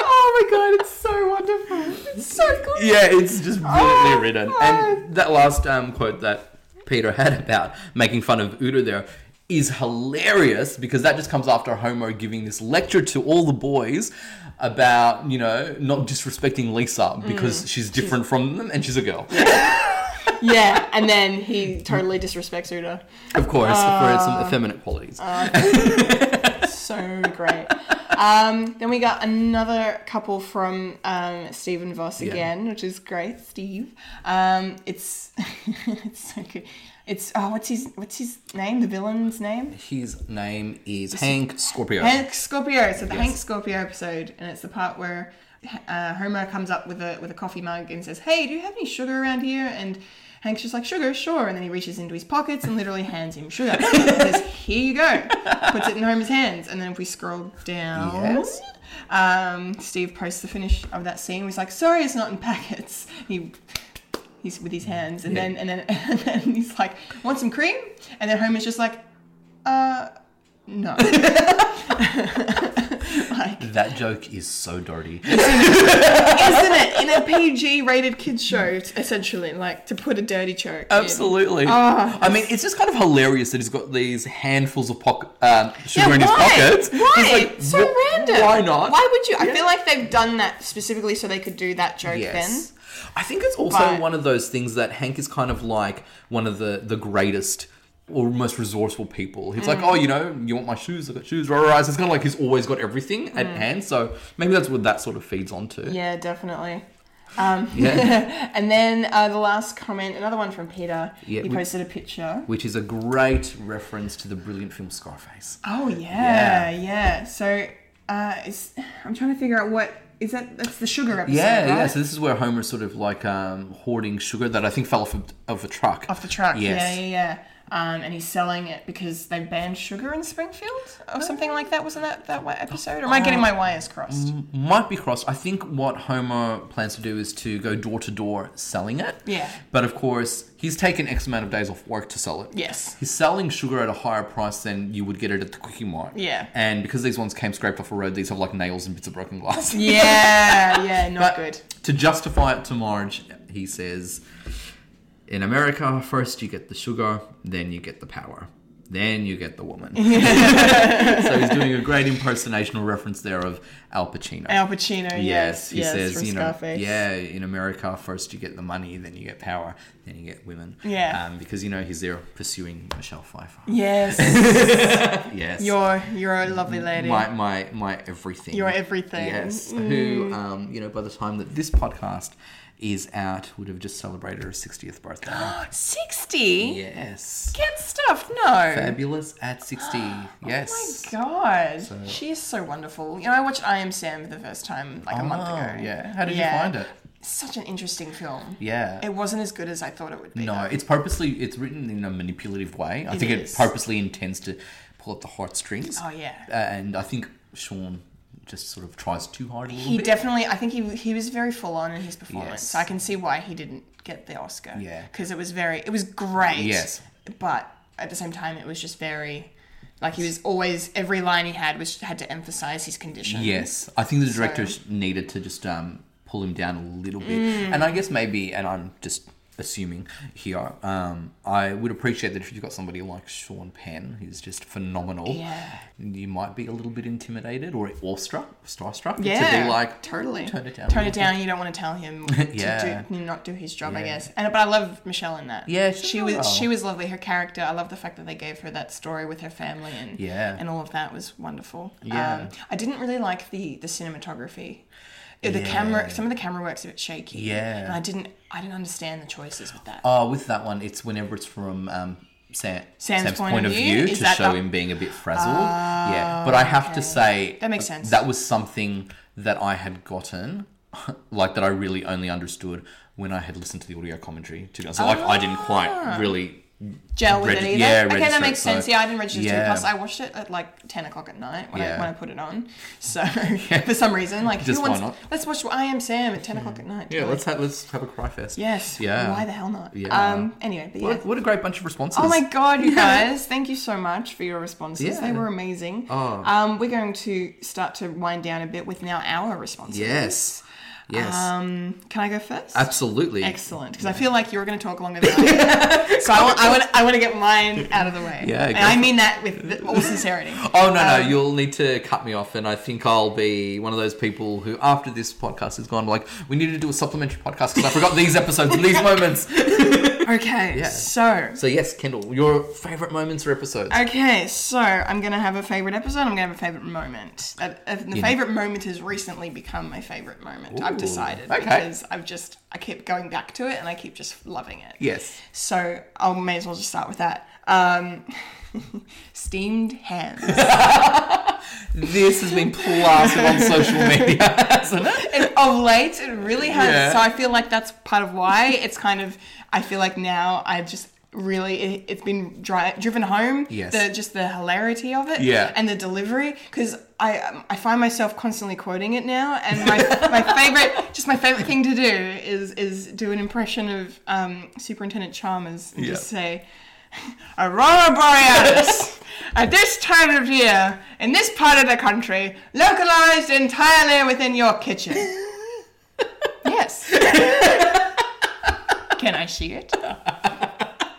S1: oh my god, it's so wonderful. It's so good.
S2: Yeah, it's just brilliantly
S1: Oh,
S2: written.
S1: God.
S2: And that last um, quote that Peter had about making fun of Udo there is hilarious because that just comes after Homer giving this lecture to all the boys about, you know, not disrespecting Lisa
S1: Mm.
S2: because she's different from them and she's a girl.
S1: Yeah, and then he totally disrespects Udo.
S2: Of course, for
S1: Uh,
S2: some effeminate qualities.
S1: So great. Um, then we got another couple from um, Stephen Voss again, which is great. Steve. Um, it's it's so good. It's oh, what's his what's his name? The villain's name?
S2: His name is Hank Scorpio.
S1: Hank Scorpio. So the
S2: Yes.
S1: Hank Scorpio episode, and it's the part where uh, Homer comes up with a with a coffee mug and says, "Hey, do you have any sugar around here?" And Hank's just like, "Sugar, sure." And then he reaches into his pockets and literally hands him sugar. and says, "Here you go." Puts it in Homer's hands, and then if we scroll down.
S2: Yes.
S1: Um, Steve posts the finish of that scene. He's like, "Sorry, it's not in packets." He he's with his hands, and
S2: Yeah.
S1: then and then and then he's like, "Want some cream?" And then Homer's just like, "Uh, no." like,
S2: That joke is so dirty.
S1: isn't it in a PG-rated kids show t- essentially? Like to put a dirty joke. in. Oh,
S2: Absolutely. I mean, it's just kind of hilarious that he's got these handfuls of pocket um, sugar
S1: Yeah,
S2: in his
S1: why?
S2: pockets.
S1: Why?
S2: It's like,
S1: so
S2: wh-
S1: random.
S2: Why not?
S1: Why would you? I
S2: Yeah.
S1: feel like they've done that specifically so they could do that joke
S2: Yes.
S1: then.
S2: I think it's also
S1: But-
S2: one of those things that Hank is kind of like one of the the greatest or most resourceful people. He's
S1: Mm.
S2: like, oh, you know, you want my shoes? I got shoes. Right, right, right. So it's kind of like he's always got everything at hand. So maybe that's what that sort of feeds onto.
S1: Mm. Yeah, definitely. Um,
S2: yeah.
S1: and then uh, the last comment, another one from Peter.
S2: Yeah,
S1: he
S2: we-
S1: posted a picture.
S2: which is a great reference to the brilliant film Scarface.
S1: Oh yeah, yeah. So uh, it's, I'm trying to figure out what is that. That's the sugar episode,
S2: Yeah,
S1: right?
S2: yeah. So this is where Homer's sort of like um, hoarding sugar that I think fell off of, of a truck.
S1: off the truck.
S2: Yes.
S1: Yeah, yeah, yeah. Um, and he's selling it because they banned sugar in Springfield or something like that. Wasn't that that one episode? Or am I getting my wires crossed?
S2: Might be crossed. I think what Homer plans to do is to go door to door selling it.
S1: Yeah.
S2: But of course, he's taken X amount of days off work to sell it.
S1: Yes.
S2: He's selling sugar at a higher price than you would get it at the quickie mart.
S1: Yeah.
S2: And because these ones came scraped off a road, these have like nails and bits of broken glass.
S1: Yeah, yeah, not
S2: But
S1: good.
S2: To justify it to Marge, he says, "In America, first you get the sugar, then you get the power, then you get the woman." so he's doing a great impersonation or reference there of Al Pacino.
S1: Al Pacino.
S2: Yes,
S1: Yes,
S2: he
S1: yes,
S2: says,
S1: from
S2: you know,
S1: Scarface.
S2: yeah, in America, first you get the money, then you get power, then you get women.
S1: Yeah.
S2: Um, because, you know, he's there pursuing Michelle Pfeiffer.
S1: Yes,
S2: Yes.
S1: you're you're a lovely lady.
S2: my, my, my everything.
S1: Your everything.
S2: Yes. Who,
S1: Mm-hmm.
S2: um, you know, by the time that this podcast is out, would have just celebrated her 60th birthday.
S1: Sixty.
S2: yes.
S1: Get stuffed. No.
S2: Fabulous at 60.
S1: Oh
S2: Yes.
S1: my god, she is so wonderful. You know, I watched I Am Sam for the first time like a month
S2: Oh,
S1: ago.
S2: yeah. How did
S1: Yeah.
S2: you find it?
S1: Such an interesting film.
S2: Yeah.
S1: It wasn't as good as I thought it would be.
S2: No,
S1: though.
S2: it's purposely it's written in a manipulative way. I
S1: It
S2: think
S1: is.
S2: it purposely intends to pull up the heartstrings.
S1: Oh, yeah.
S2: and I think Sean just sort of tries too hard a little
S1: he
S2: bit.
S1: definitely. I think he he was very full on in his performance.
S2: Yes.
S1: So I can see why he didn't get the Oscar.
S2: Yeah.
S1: because it was very. It was great.
S2: Yes.
S1: but at the same time, it was just very. Like he was always every line he had was had to emphasize his condition.
S2: Yes, I think the director sh needed to just um, pull him down a little bit,
S1: Mm.
S2: and I guess maybe, and I'm just assuming here, um, I would appreciate that if you've got somebody like Sean Penn, who's just phenomenal.
S1: Yeah.
S2: you might be a little bit intimidated or awestruck, starstruck, to
S1: Yeah,
S2: be like
S1: totally
S2: tone it down. a
S1: Tone
S2: little
S1: it down. You don't want to tell him
S2: Yeah.
S1: to do, not do his job, I
S2: Yeah.
S1: guess. And but I love Michelle in that.
S2: Yeah, she
S1: she
S2: did
S1: was
S2: well.
S1: she was lovely. Her character, I love the fact that they gave her that story with her family and
S2: Yeah.
S1: and all of that was wonderful.
S2: Yeah.
S1: um, I didn't really like the the cinematography. Uh, The
S2: Yeah.
S1: camera, some of the camera work's a bit shaky.
S2: Yeah.
S1: and I didn't I didn't understand the choices with that.
S2: Oh, with that one, it's whenever it's from um, Sam,
S1: Sam's
S2: Sam's,
S1: point
S2: point,
S1: of
S2: of
S1: view?
S2: view,
S1: Is
S2: to
S1: that
S2: show
S1: the- Ah,
S2: him being a bit frazzled. yeah, but I have
S1: okay.
S2: to say
S1: That makes sense.
S2: That was something that I had gotten, like that
S1: Ah.
S2: I really only understood when I had listened to the audio commentary. To be honest, like I didn't quite really
S1: gel with
S2: Reg-
S1: it either.
S2: yeah,
S1: okay,
S2: register
S1: that makes
S2: it,
S1: sense.
S2: so-
S1: Yeah, I didn't register
S2: Yeah.
S1: it. Plus, I watched it at like ten o'clock at night when I
S2: Yeah.
S1: when I put it on. So for some reason, like
S2: Just
S1: who
S2: why
S1: wants?
S2: not?
S1: Let's watch I Am Sam at ten o'clock at night.
S2: Yeah,
S1: Like,
S2: let's have, let's have a cry fest.
S1: Yes.
S2: Yeah.
S1: Why the hell not?
S2: Yeah.
S1: Um. Anyway, but yeah.
S2: What, what a great bunch of responses.
S1: Oh my god, you guys! Thank you so much for your responses.
S2: Yeah.
S1: They were amazing.
S2: Oh.
S1: Um, we're going to start to wind down a bit with now our responses.
S2: Yes. Yes.
S1: Um, can I go first?
S2: Absolutely.
S1: Excellent, because I feel like you're going to talk longer than I am. so I want, I, want, I want to get mine out of the way.
S2: Yeah,
S1: and
S2: go
S1: I
S2: for
S1: mean that with the- all sincerity.
S2: Oh no no!
S1: Um,
S2: You'll need to cut me off, and I think I'll be one of those people who, after this podcast is gone, like we need to do a supplementary podcast because I forgot these episodes and these moments.
S1: Okay,
S2: Yeah.
S1: so
S2: So yes, Kendall, your favorite moments or episodes?
S1: okay, so I'm going to have a favorite episode. I'm going to have a favorite moment. Uh, uh, the favorite moment has recently become my favorite moment.
S2: Ooh,
S1: I've decided
S2: okay.
S1: because I've just I keep going back to it and I keep just loving it.
S2: Yes.
S1: So I may as well just start with that. Um, steamed hams.
S2: This has been plastered on social media, hasn't it?
S1: it, of late, it really has.
S2: Yeah.
S1: So I feel like that's part of why it's kind of. I feel like now I've just really it, it's been dri driven home.
S2: Yes.
S1: The just the hilarity of it.
S2: Yeah.
S1: And the delivery because I um, I find myself constantly quoting it now, and my, my favorite just my favorite thing to do is is do an impression of um, Superintendent Chalmers and
S2: Yeah.
S1: just say. Aurora Borealis. At this time of year, in this part of the country, localized entirely within your kitchen. yes. Can I see it?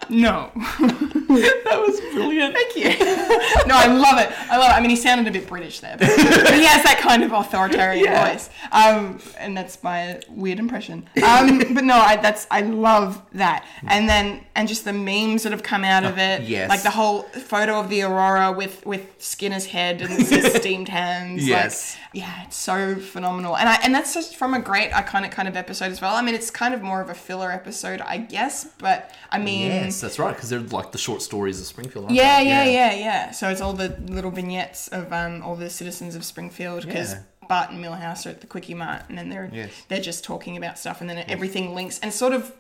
S1: No.
S2: That was brilliant.
S1: Thank you. No, I love it. I love it. I mean, he sounded a bit British there, but but he has that kind of authoritarian
S2: Yeah.
S1: voice, um, and that's my weird impression. Um, but no, I, that's I love that, and then and just the memes that have come out of it.
S2: Oh, yes.
S1: like the whole photo of the aurora with with Skinner's head and it says steamed hands.
S2: Yes.
S1: like, yeah, it's so phenomenal, and I and that's just from a great iconic kind of episode as well. I mean, it's kind of more of a filler episode, I guess, but I mean.
S2: Yes, that's right. Because they're like the short stories of Springfield. Aren't
S1: Yeah,
S2: they?
S1: yeah, yeah, yeah. So it's all the little vignettes of um, all the citizens of Springfield because
S2: Yeah.
S1: Bart and Millhouse are at the Quickie Mart, and then they're
S2: Yes.
S1: they're just talking about stuff, and then everything links and sort of.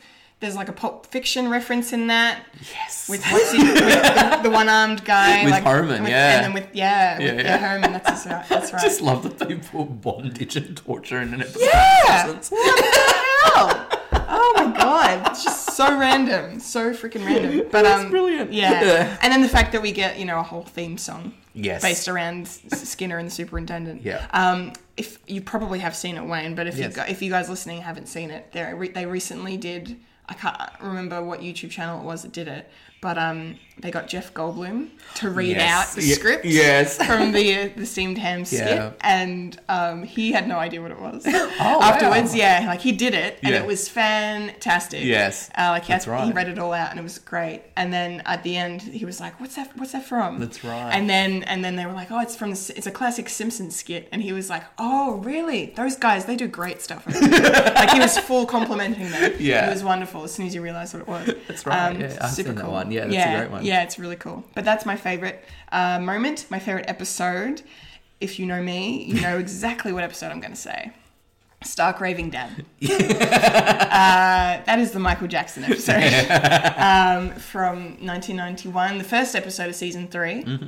S1: There's like a Pulp Fiction reference in that
S2: Yes.
S1: with, what's he, with the, the one-armed guy,
S2: With
S1: like,
S2: Herman,
S1: with-
S2: yeah.
S1: and then with yeah, with,
S2: Yeah,
S1: yeah,
S2: yeah.
S1: Herman. That's his right. That's right.
S2: Just love that they put bondage and torture in an episode.
S1: yeah.
S2: Nonsense.
S1: What the hell? Oh my god, it's just so random, so freaking random. But
S2: That's
S1: um,
S2: brilliant.
S1: Yeah.
S2: Yeah.
S1: and then the fact that we get you know a whole theme song
S2: Yes.
S1: based around S- Skinner and the superintendent.
S2: Yeah.
S1: Um, if you probably have seen it, Wayne, but if
S2: Yes.
S1: you gu- if you guys listening haven't seen it, they re- they recently did. I can't remember what YouTube channel it was that did it, but um, they got Jeff Goldblum to read
S2: Yes.
S1: out the
S2: Ye-
S1: script
S2: yes.
S1: from the uh, the steamed ham
S2: Yeah. Oh,
S1: skit, and um, he had no idea what it was
S2: wow.
S1: afterwards. Yeah, like he did it, and
S2: Yeah.
S1: it was fantastic.
S2: Yes.
S1: uh, like he,
S2: That's
S1: had- he
S2: right.
S1: read it all out, and it was great. And then at the end, he was like, "What's that? What's that from?"
S2: That's right.
S1: And then and then they were like, "Oh, it's from the S- it's a classic Simpsons skit," and he was like, "Oh, really? Those guys, they do great stuff." like he was full complimenting them.
S2: Yeah.
S1: it was wonderful as soon as you realised what it was.
S2: That's right, yeah, I've seen that one. Yeah, that's a
S1: Um, yeah,
S2: great one.
S1: Yeah, it's really cool. But that's my favorite uh, moment, my favorite episode. If you know me, you know exactly what episode I'm going to say. Stark Raving Dad. uh, that is the Michael Jackson episode um, from 1991, the first episode of season 3
S2: Mm-hmm.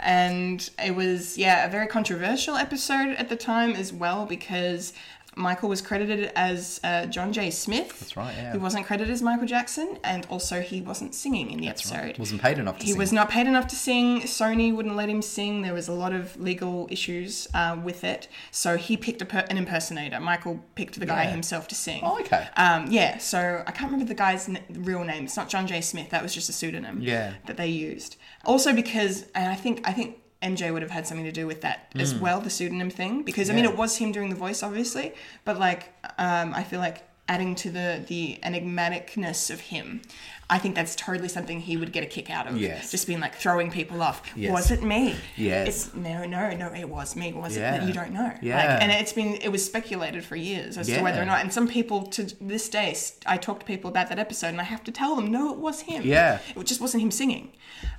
S1: And it was, yeah, a very controversial episode at the time as well because Michael was credited as uh, John J. Smith.
S2: That's right, yeah.
S1: Who wasn't credited as Michael Jackson, and also he wasn't singing in the episode.
S2: Wasn't paid enough to
S1: He
S2: sing.
S1: was not paid enough to sing. Sony wouldn't let him sing. There was a lot of legal issues uh, with it. So he picked a per- an impersonator. Michael picked the guy
S2: Yeah.
S1: himself to sing.
S2: Oh, okay.
S1: Um, yeah, so I can't remember the guy's n- real name. It's not John J. Smith. That was just a pseudonym
S2: Yeah.
S1: that they used. Also because, and I think, I think MJ would have had something to do with that as well, the pseudonym thing. Because I mean,
S2: Hmm. Yeah.
S1: it was him doing the voice, obviously, but like, um, I feel like adding to the the enigmaticness of him, I think that's totally something he would get a kick out of.
S2: Yes.
S1: just being like throwing people off.
S2: Yes.
S1: Was it me?
S2: Yes.
S1: It's, no, no, no. It was me. Was it?
S2: Yeah.
S1: You don't know.
S2: Yeah.
S1: Like, and it's been it was speculated for years as
S2: Yeah.
S1: to whether or not. And some people to this day, s- I talk to people about that episode, and I have to tell them, no, it was him.
S2: Yeah.
S1: It just wasn't him singing.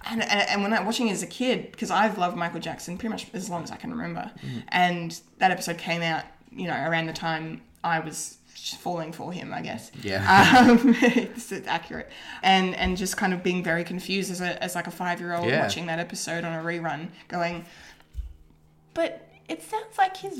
S1: And, and, and when I watching it as a kid, because I've loved Michael Jackson pretty much
S2: Mm-hmm.
S1: as long as I can remember, and that episode came out, you know, around the time I was falling for him, I guess.
S2: Yeah.
S1: Um, it's accurate. And and just kind of being very confused as, a, as like a five year old
S2: Yeah.
S1: watching that episode on a rerun, going, but it sounds like his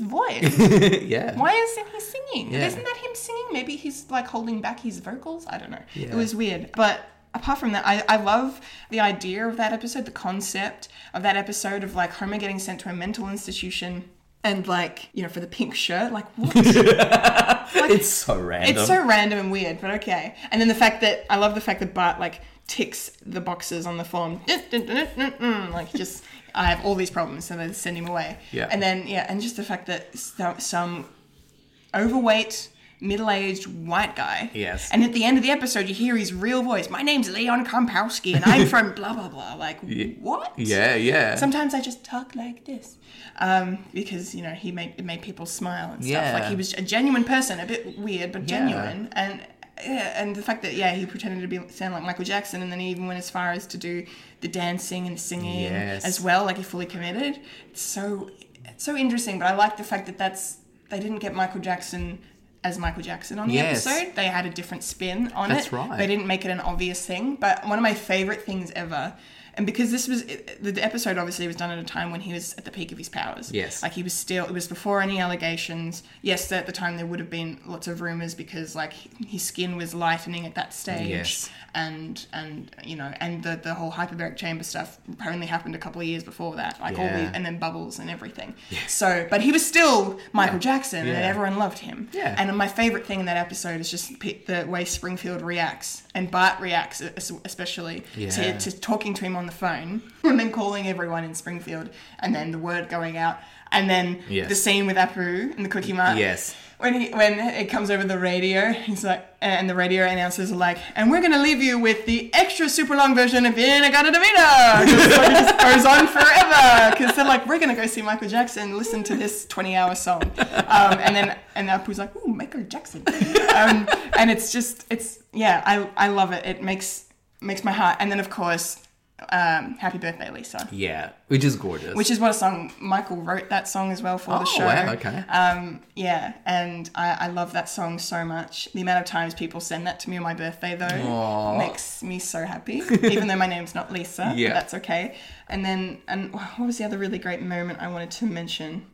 S1: voice.
S2: yeah.
S1: Why isn't he singing?
S2: Yeah.
S1: Isn't that him singing? Maybe he's like holding back his vocals. I don't know.
S2: Yeah.
S1: It was weird. But apart from that, I, I love the idea of that episode, the concept of that episode of like Homer getting sent to a mental institution and like, you know, for the pink shirt. Like, what?
S2: It's so random.
S1: It's so random and weird, but okay. And then the fact that I love the fact that Bart like ticks the boxes on the form, like just I have all these problems, so they send him away.
S2: Yeah.
S1: And then yeah, and just the fact that so- some overweight. Middle-aged white guy.
S2: Yes.
S1: And at the end of the episode, you hear his real voice. My name's Leon Kompowski, and I'm from blah blah blah. Like what?
S2: yeah, yeah.
S1: Sometimes I just talk like this, um, because you know he made it made people smile and stuff.
S2: Yeah.
S1: Like he was a genuine person, a bit weird but
S2: Yeah.
S1: genuine, and yeah, and the fact that yeah he pretended to be sound like Michael Jackson, and then he even went as far as to do the dancing and singing
S2: Yes.
S1: as well. Like he fully committed. It's so it's so interesting, but I like the fact that that's they didn't get Michael Jackson. As Michael Jackson on the
S2: Yes.
S1: episode, they had a different spin on
S2: That's
S1: it.
S2: right.
S1: They didn't make it an obvious thing, but one of my favorite things ever. And because this was the episode, obviously was done at a time when he was at the peak of his powers.
S2: Yes.
S1: like he was still. It was before any allegations. Yes, at the time there would have been lots of rumors because like his skin was lightening at that stage.
S2: Yes.
S1: and and you know, and the the whole hyperbaric chamber stuff only happened a couple of years before that. Like all
S2: Yeah.
S1: the and then bubbles and everything. So, but he was still Michael Jackson, and
S2: Yeah.
S1: everyone loved him.
S2: Yeah.
S1: And my favorite thing in that episode is just pe- the way Springfield reacts and Bart reacts, e, es- especially
S2: Yeah.
S1: to, to talking to him on the phone and then calling everyone in Springfield and then the word going out and then
S2: Yes.
S1: the scene with Apu and the Cookie Mart.
S2: Yes.
S1: When he when it comes over the radio, he's like, and the radio announcers are like, and we're gonna leave you with the extra super long version of Inagata Davina. Just, like, it just goes on forever because they're like, we're gonna go see Michael Jackson, listen to this twenty hour song, um, and then and Apu's like, ooh, Michael Jackson, um, and it's just it's yeah, I I love it. It makes makes my heart, and then of course, um, Happy Birthday, Lisa.
S2: yeah, which is gorgeous.
S1: Which is what a song Michael wrote that song as well for
S2: oh,
S1: the show.
S2: wow, okay.
S1: Um, yeah, and I, I love that song so much. The amount of times people send that to me on my birthday, though,
S2: Aw.
S1: makes me so happy. Even though my name's not Lisa,
S2: Yeah.
S1: yeah. that's okay. And then, and what was the other really great moment I wanted to mention?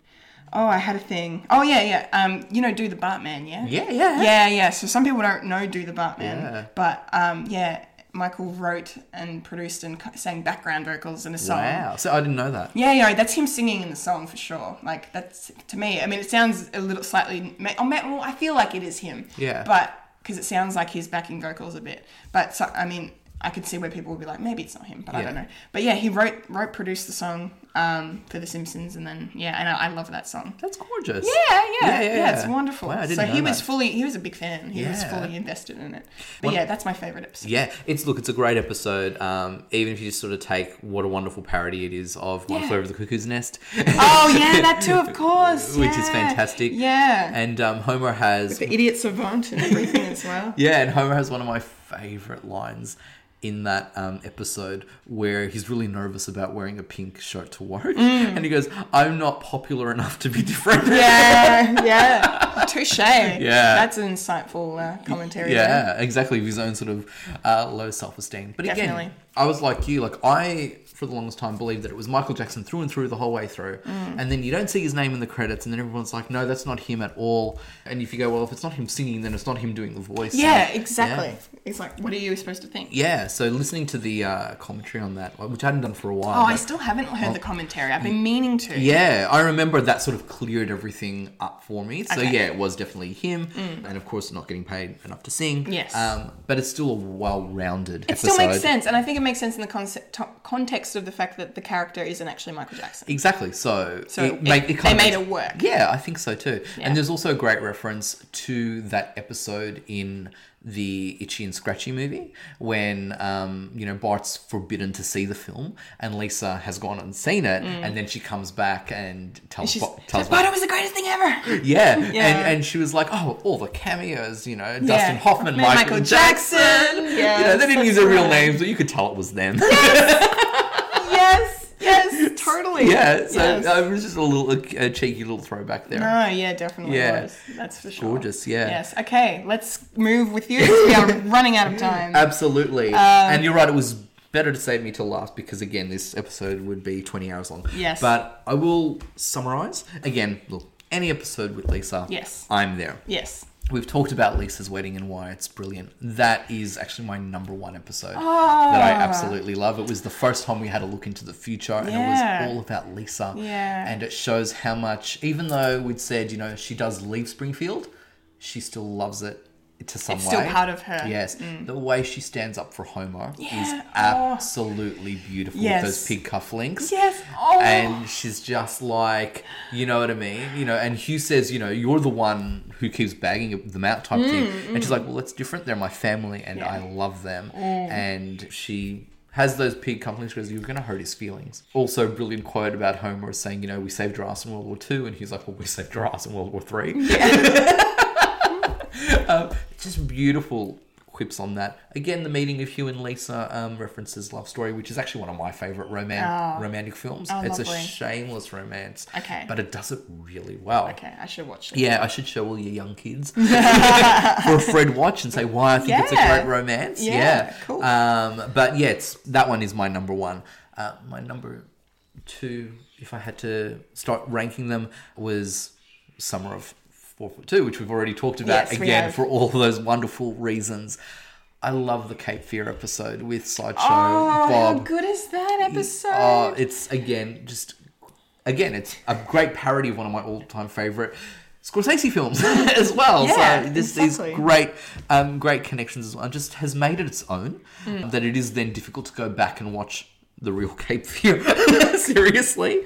S1: Oh, I had a thing. Oh yeah, yeah. Um, you know, do the Batman, yeah.
S2: yeah, yeah.
S1: Yeah, yeah. So some people don't know Do the Batman,
S2: Yeah.
S1: but um, yeah, Michael wrote and produced and cu- sang background vocals in a song.
S2: Wow. So I didn't know that.
S1: Yeah, yeah, that's him singing in the song for sure. Like that's to me. I mean, it sounds a little slightly. ma- oh, ma- Well, I feel like it is him.
S2: Yeah.
S1: But because it sounds like he's backing vocals a bit. But so, I mean, I could see where people would be like, maybe it's not him, but I
S2: Yeah.
S1: don't know. But yeah, he wrote, wrote, produced the song um, for The Simpsons, and then yeah, and I, I love that song.
S2: That's gorgeous.
S1: Yeah, yeah, yeah, it's wonderful.
S2: Wow, I didn't
S1: so
S2: know
S1: he was
S2: that.
S1: fully, he was a big fan. He was
S2: Yeah.
S1: fully invested in it. But
S2: One-
S1: yeah, that's my favorite episode.
S2: Yeah, it's look, it's a great episode. Um, even if you just sort of take what a wonderful parody it is of One
S1: Yeah.
S2: Flew Over the Cuckoo's Nest,
S1: Oh yeah, that too, of course.
S2: which is
S1: yeah.
S2: fantastic.
S1: Yeah.
S2: and um, Homer has
S1: the idiot savant and everything as well.
S2: yeah, and Homer has one of my favorite lines in that um, episode where he's really nervous about wearing a pink shirt to work,
S1: Mm.
S2: and he goes, "I'm not popular enough to be different."
S1: Yeah, yeah. Touche. Yeah. That's an insightful uh, commentary. there.
S2: Yeah, exactly. His own sort of uh, low self esteem. But again,
S1: Definitely.
S2: I was like you. Like I, for the longest time, believed that it was Michael Jackson through and through the whole way through.
S1: Mm.
S2: And then you don't see his name in the credits, and then everyone's like, "No, that's not him at all." And if you go, "Well, if it's not him singing, then it's not him doing the voice."
S1: Yeah,
S2: And-
S1: exactly.
S2: Yeah.
S1: It's like, what are you supposed to think?
S2: Yeah, so listening to the uh, commentary on that, which I hadn't done for a while.
S1: Oh, I
S2: but-
S1: still haven't heard the commentary. I've been meaning to.
S2: Oh. Mm. Yeah, I remember that sort of cleared everything up for me. So
S1: Okay. Mm.
S2: yeah, it was definitely him, and of course not getting paid enough to sing.
S1: Yes.
S2: um, but it's still a well-rounded.
S1: It
S2: episode.
S1: still makes sense, and I think it makes sense in the concept, to- context of the fact that the character isn't actually Michael Jackson.
S2: Exactly. So,
S1: So it-
S2: make-
S1: they
S2: kinda
S1: made
S2: makes-
S1: it work.
S2: Yeah, I think so too.
S1: Yeah.
S2: And there's also a great reference to that episode in the Itchy and Scratchy movie when um, you know Bart's forbidden to see the film, and Lisa has gone and seen it, and then she comes back and tells
S1: Mm. She's,
S2: Bo-
S1: she's
S2: tells
S1: like,
S2: Bart-
S1: "But it was the greatest thing ever.
S2: yeah,
S1: Yeah.
S2: And, and she was like, oh, all the cameos, you know,
S1: Yeah.
S2: Dustin Hoffman,
S1: Man,
S2: Michael,
S1: Michael
S2: Jackson.
S1: Jackson.
S2: you know,
S1: Yes,
S2: they didn't
S1: that's
S2: use their real
S1: right.
S2: names, but you could tell it was them.
S1: yes, yes, Totally.
S2: Yeah, so
S1: Yes.
S2: uh, it was just a little a cheeky little throwback there.
S1: No, yeah, definitely
S2: Yeah.
S1: was. That's for sure.
S2: Gorgeous, yeah.
S1: Yes. Okay, let's move with you. 'cause We are running out of time.
S2: Um, Absolutely.
S1: um,
S2: and you're right, it was better to save me till last because, again, this episode would be 20 hours long.
S1: Yes.
S2: But I will summarize. Again, look, any episode with Lisa,
S1: Yes.
S2: I'm there.
S1: yes.
S2: We've talked about Lisa's wedding and why it's brilliant. That is actually my number one episode that
S1: Ah.
S2: I absolutely love. It was the first time we had a look into the future, and
S1: Yeah.
S2: it was all about Lisa.
S1: Yeah.
S2: And it shows how much, even though we'd said, you know, she does leave Springfield, she still loves it to some
S1: It's
S2: way.
S1: still part of her. Mm.
S2: Yes. The way she stands up for Homer
S1: Yeah.
S2: is
S1: Oh.
S2: absolutely beautiful
S1: Yes.
S2: with those pig cufflinks
S1: Yes. Oh.
S2: and she's just like, you know what I mean, you know. And Hugh says, you know, you're the one who keeps bagging them out type thing, and she's like, well, it's different. They're my family, and
S1: Hmm, Yeah. Mm.
S2: I love them. And she has those pig companies because you're going to hurt his feelings. Also, brilliant quote about Homer is saying, you know, we saved your ass in World War Two, and he's like, well, we saved your ass in World War Three. Um, just beautiful quips on that. Again, the meeting of Hugh and Lisa um, references Love Story, which is actually one of my favorite roman-
S1: Oh.
S2: romantic films.
S1: Oh,
S2: it's
S1: lovely.
S2: a shameless romance.
S1: Okay.
S2: But it does it really well.
S1: okay, I should watch it.
S2: Yeah, I should show all your young kids for a Fred watch and say why I think it's a
S1: Yeah.
S2: great romance.
S1: Yeah,
S2: Yeah,
S1: cool.
S2: Um, but yeah, it's, that one is my number one. Uh, my number two, if I had to start ranking them, was Summer of Four Foot Two, which we've already talked about
S1: Yes, we
S2: again
S1: have.
S2: for all those wonderful reasons. I love the Cape Fear episode with Sideshow
S1: Oh,
S2: Bob.
S1: how good is that episode?
S2: Oh, it's again just again, it's a great parody of one of my all-time favorite Scorsese films as well.
S1: Yeah,
S2: so this
S1: exactly.
S2: is great, um, great connections as well. And just has made it its own.
S1: Hmm.
S2: That it is then difficult to go back and watch the real Cape Fear seriously.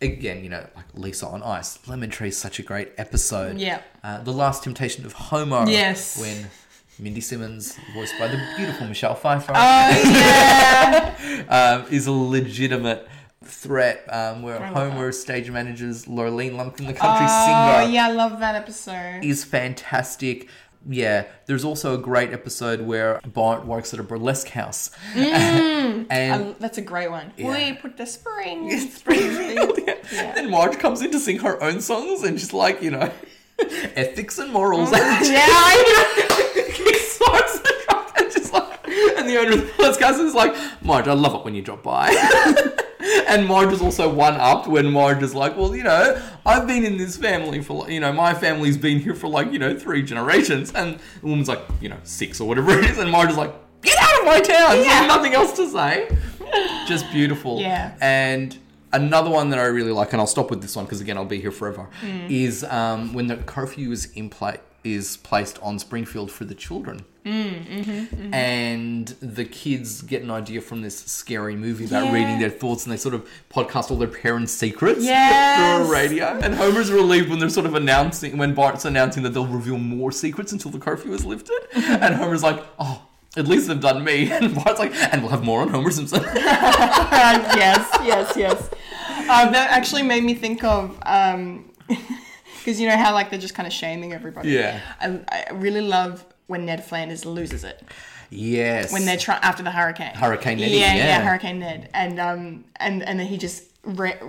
S2: Again, you know, like Lisa on Ice, Lemon Tree is such a great episode.
S1: Yeah.
S2: Uh, the Last Temptation of Homer.
S1: Yes.
S2: When Mindy Simmons, voiced by the beautiful Michelle Pfeiffer
S1: Oh, yeah.
S2: um, is a legitimate threat um, where
S1: I love
S2: Homer stage managers Lorleen Lumpkin, the country
S1: oh,
S2: singer,
S1: yeah, I love that episode.
S2: is fantastic. Yeah, there's also a great episode where Bart works at a burlesque house, and
S1: Mm. I- that's a great one. We put the spring.
S2: Springfield. yeah.
S1: Yeah.
S2: Then Marge comes in to sing her own songs, and she's like, you know, ethics and morals.
S1: Oh, yeah, I know.
S2: Kicks Marge the truck and just like, and the owner of the first cousin is like, Marge, I love it when you drop by. and Marge is also one up when Marge is like, well, you know, I've been in this family for, like, you know, my family's been here for like, you know, three generations. And the woman's like, you know, six or whatever it is. And Marge is like, get out of my town. There's
S1: Yeah.
S2: nothing else to say. Just beautiful.
S1: Yeah.
S2: And another one that I really like, and I'll stop with this one because again, I'll be here forever,
S1: Hmm.
S2: is um, when the curfew is in play is placed on Springfield for the children.
S1: Hmm, mm-hmm,
S2: And the kids get an idea from this scary movie about
S1: Yeah.
S2: reading their thoughts, and they sort of podcast all their parents' secrets
S1: Yes.
S2: through a radio. And Homer's relieved when they're sort of announcing, when Bart's announcing that they'll reveal more secrets until the curfew is lifted. and Homer's like, oh, at least they've done me. And Bart's like, and we'll have more on Homer Simpson.
S1: Uh, yes, yes, yes. Um, that actually made me think of because you know how like they're just kind of shaming everybody.
S2: Yeah.
S1: I, I really love when Ned Flanders loses it
S2: yes.
S1: when they're trying after the hurricane.
S2: Hurricane Neddy,
S1: Yeah, yeah,
S2: yeah.
S1: Hurricane Ned, and um, and and then he just. Re-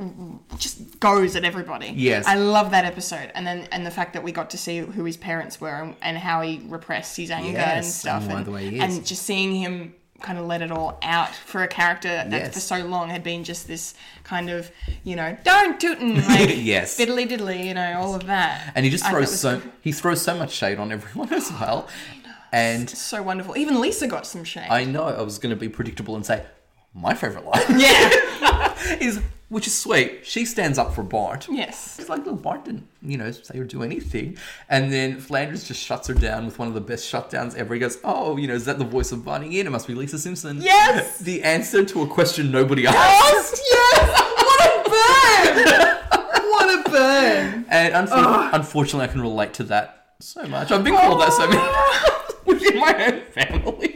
S1: just goes at everybody.
S2: Yes.
S1: I love that episode, and then and the fact that we got to see who his parents were and, and how he repressed his anger and
S2: Yes, and
S1: stuff,
S2: why the way he is.
S1: and just seeing him kind of let it all out for a character that
S2: Yes.
S1: for so long had been just this kind of you know darn tootin' like
S2: Yes.
S1: fiddly diddly you know all of that,
S2: and he just
S1: I thought
S2: throws
S1: was Oh,
S2: so he throws so much shade on everyone as well. And
S1: so wonderful. Even Lisa got some shade.
S2: I know I was going to be predictable and say my favorite line
S1: yeah.
S2: is, which is sweet. She stands up for Bart.
S1: yes.
S2: She's like, look, Bart didn't, you know, say or do anything. And then Flanders just shuts her down with one of the best shutdowns ever. He goes, oh, you know, is that the voice of Barney Ian? It must be Lisa Simpson.
S1: Yes!
S2: The answer to a question nobody asked.
S1: Yes. Yes. What a burn! What a burn!
S2: And unfor- unfortunately, I can relate to that so much. I've been called that so many
S1: Ah.
S2: within my own family.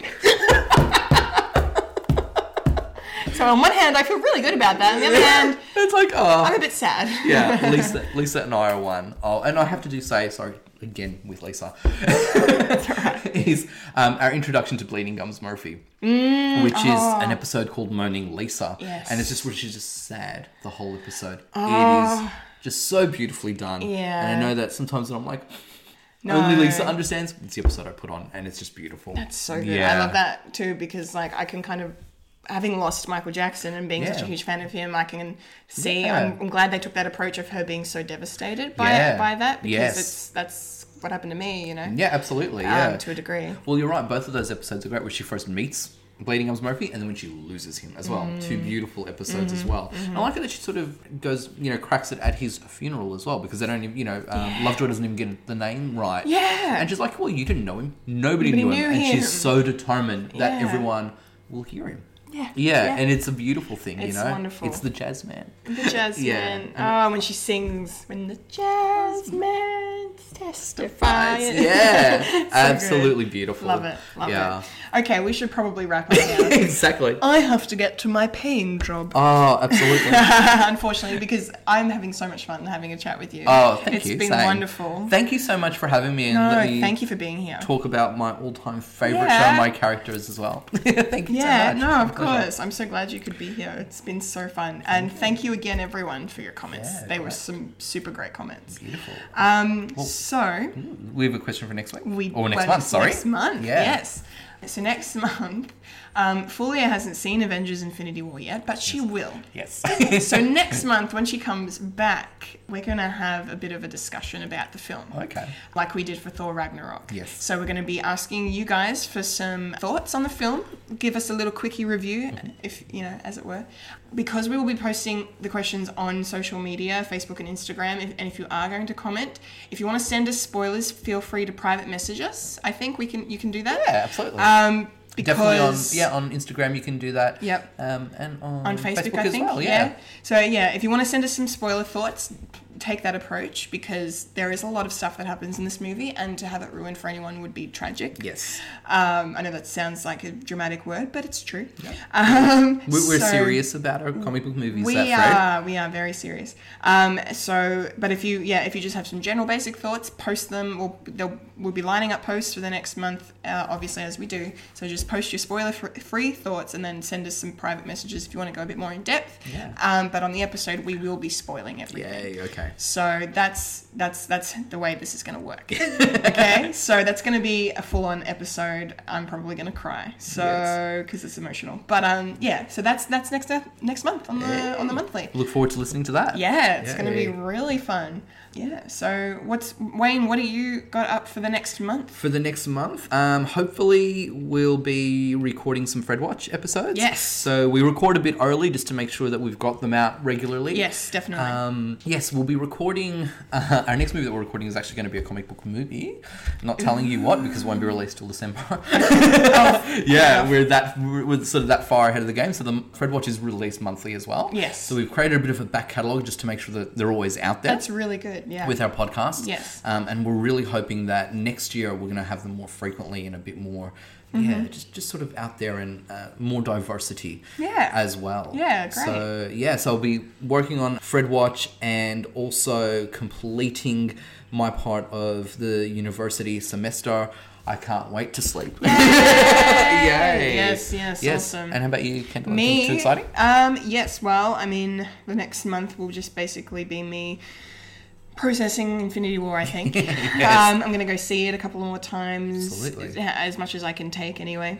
S1: So on one hand, I feel really good about that. On the other hand,
S2: It's like, oh,
S1: I'm a bit sad.
S2: yeah, Lisa, Lisa and I are one. Oh, and I have to do say sorry. again with Lisa, is um, our introduction to Bleeding Gums Murphy, which is an episode called Moaning Lisa.
S1: Mm, oh. Yes.
S2: And it's just, which is just sad, the whole episode. It is just so beautifully done. And
S1: Ah. Yeah.
S2: I know that sometimes when I'm like,
S1: No.
S2: only Lisa understands, it's the episode I put on, and it's just beautiful.
S1: That's so good. I
S2: Yeah.
S1: love that too because like I can kind of having lost Michael Jackson and being such a
S2: Yeah.
S1: huge fan of him, I can see.
S2: Yeah.
S1: I'm, I'm glad they took that approach of her being so devastated by
S2: Yeah.
S1: by that because
S2: Yes.
S1: it's that's what happened to me. You know,
S2: Yeah, absolutely. Yeah.
S1: um, to a degree.
S2: Well, you're right. Both of those episodes are great, where she first meets Bleeding Gums Murphy, and then when she loses him as well. Two
S1: Mm.
S2: beautiful episodes
S1: Mm-hmm.
S2: as well. And I like it that she sort of goes, you know, cracks it at his funeral as well, because they don't even, you know, um, Lovejoy doesn't even get the name right.
S1: Yeah.
S2: And she's like, well, you didn't know him. Nobody
S1: Nobody
S2: knew,
S1: knew
S2: him. And
S1: him.
S2: she's so determined that
S1: Yeah.
S2: everyone will hear him.
S1: Yeah.
S2: Yeah, and it's a beautiful thing,
S1: It's
S2: you know.
S1: wonderful.
S2: It's the jazz man.
S1: the jasmine.
S2: Yeah. Um,
S1: Oh, when she sings, when the jasmine testifies.
S2: Yeah,
S1: Uh, So
S2: absolutely beautiful.
S1: good. Love it. Love
S2: yeah.
S1: it. Okay, we should probably wrap up now.
S2: exactly.
S1: I have to get to my paying job.
S2: Oh, absolutely.
S1: unfortunately, because I'm having so much fun having a chat with you.
S2: Oh, thank you.
S1: It's been
S2: same.
S1: wonderful.
S2: Thank you so much for having me and
S1: no,
S2: let me
S1: thank you for being here.
S2: talk about my all-time favorite
S1: Yeah.
S2: show, my characters as well. thank you
S1: yeah,
S2: so much.
S1: no, of
S2: Pleasure.
S1: course. I'm so glad you could be here. It's been so fun. and thank you again, everyone, for your comments.
S2: Yeah,
S1: they were
S2: great.
S1: some super great comments.
S2: Beautiful.
S1: Um, so,
S2: We have a question for next week.
S1: we
S2: hmm? or next
S1: well,
S2: month. Sorry.
S1: Next month,
S2: Yeah.
S1: yes. So next month, um, Fulia hasn't seen Avengers: Infinity War yet, but she will.
S2: Yes.
S1: So next month, when she comes back, we're gonna have a bit of a discussion about the film.
S2: okay.
S1: like we did for Thor Ragnarok.
S2: Yes.
S1: So we're going to be asking you guys for some thoughts on the film. Give us a little quickie review,
S2: Mm-hmm.
S1: if you know, as it were, because we will be posting the questions on social media, Facebook and Instagram. If, and if you are going to comment, if you want to send us spoilers, feel free to private message us. I think we can. You can do that.
S2: Yeah, absolutely.
S1: Um, because
S2: Definitely on yeah on Instagram you can do that.
S1: Yep.
S2: Um, and on,
S1: on Facebook, I
S2: as
S1: think.
S2: well.
S1: yeah. So yeah, if you want to send us some spoiler thoughts, take that approach because there is a lot of stuff that happens in this movie, and to have it ruined for anyone would be tragic.
S2: Yes.
S1: Um, I know that sounds like a dramatic word, but it's true. Um,
S2: We're, we're
S1: so
S2: serious about our comic book movies.
S1: We
S2: that, Fred.
S1: are we are very serious. Um, so, but if you yeah, if you just have some general basic thoughts, post them. We'll they'll, we'll be lining up posts for the next month, uh, obviously as we do. So just post your spoiler fr- free thoughts and then send us some private messages if you want to go a bit more in depth.
S2: Yeah.
S1: Um, but on the episode, we will be spoiling everything.
S2: Yay. Okay.
S1: So that's that's that's the way this is going to work. okay, so that's going to be a full-on episode. I'm probably going to cry, so because it's emotional. But um, yeah. So that's that's next next month on the on the monthly.
S2: Look forward to listening to that.
S1: Yeah, it's going to be
S2: Yay.
S1: really fun. Yeah. So what's Wayne? What do you got up for the next month?
S2: for the next month. Um, hopefully, we'll be recording some Fred Watch episodes.
S1: Yes.
S2: So we record a bit early just to make sure that we've got them out regularly.
S1: Yes, definitely.
S2: Um, yes, we'll be recording. Uh, our next movie that we're recording is actually going to be a comic book movie. Not telling you what because it won't be released till December. yeah, we're that we're we're sort of that far ahead of the game. So the Fred Watch is released monthly as well.
S1: Yes.
S2: So we've created a bit of a back catalogue just to make sure that they're always out there
S1: that's really good. Yeah.
S2: with our podcast.
S1: Yes.
S2: Um, and we're really hoping that next year we're going to have them more frequently and a bit more,
S1: Mm-hmm.
S2: yeah, just, just sort of out there and uh, more diversity
S1: Yeah.
S2: as well.
S1: Yeah, great.
S2: So, yeah, so I'll be working on Fred Watch and also completing my part of the university semester. I can't wait to sleep. Yay!
S1: Yes, yes, awesome.
S2: And how about you, Kendall? Anything
S1: me
S2: Too exciting?
S1: um yes well i mean the next month will just basically be me processing infinity war i think um, i'm gonna go see it a couple more times
S2: Absolutely.
S1: as much as i can take anyway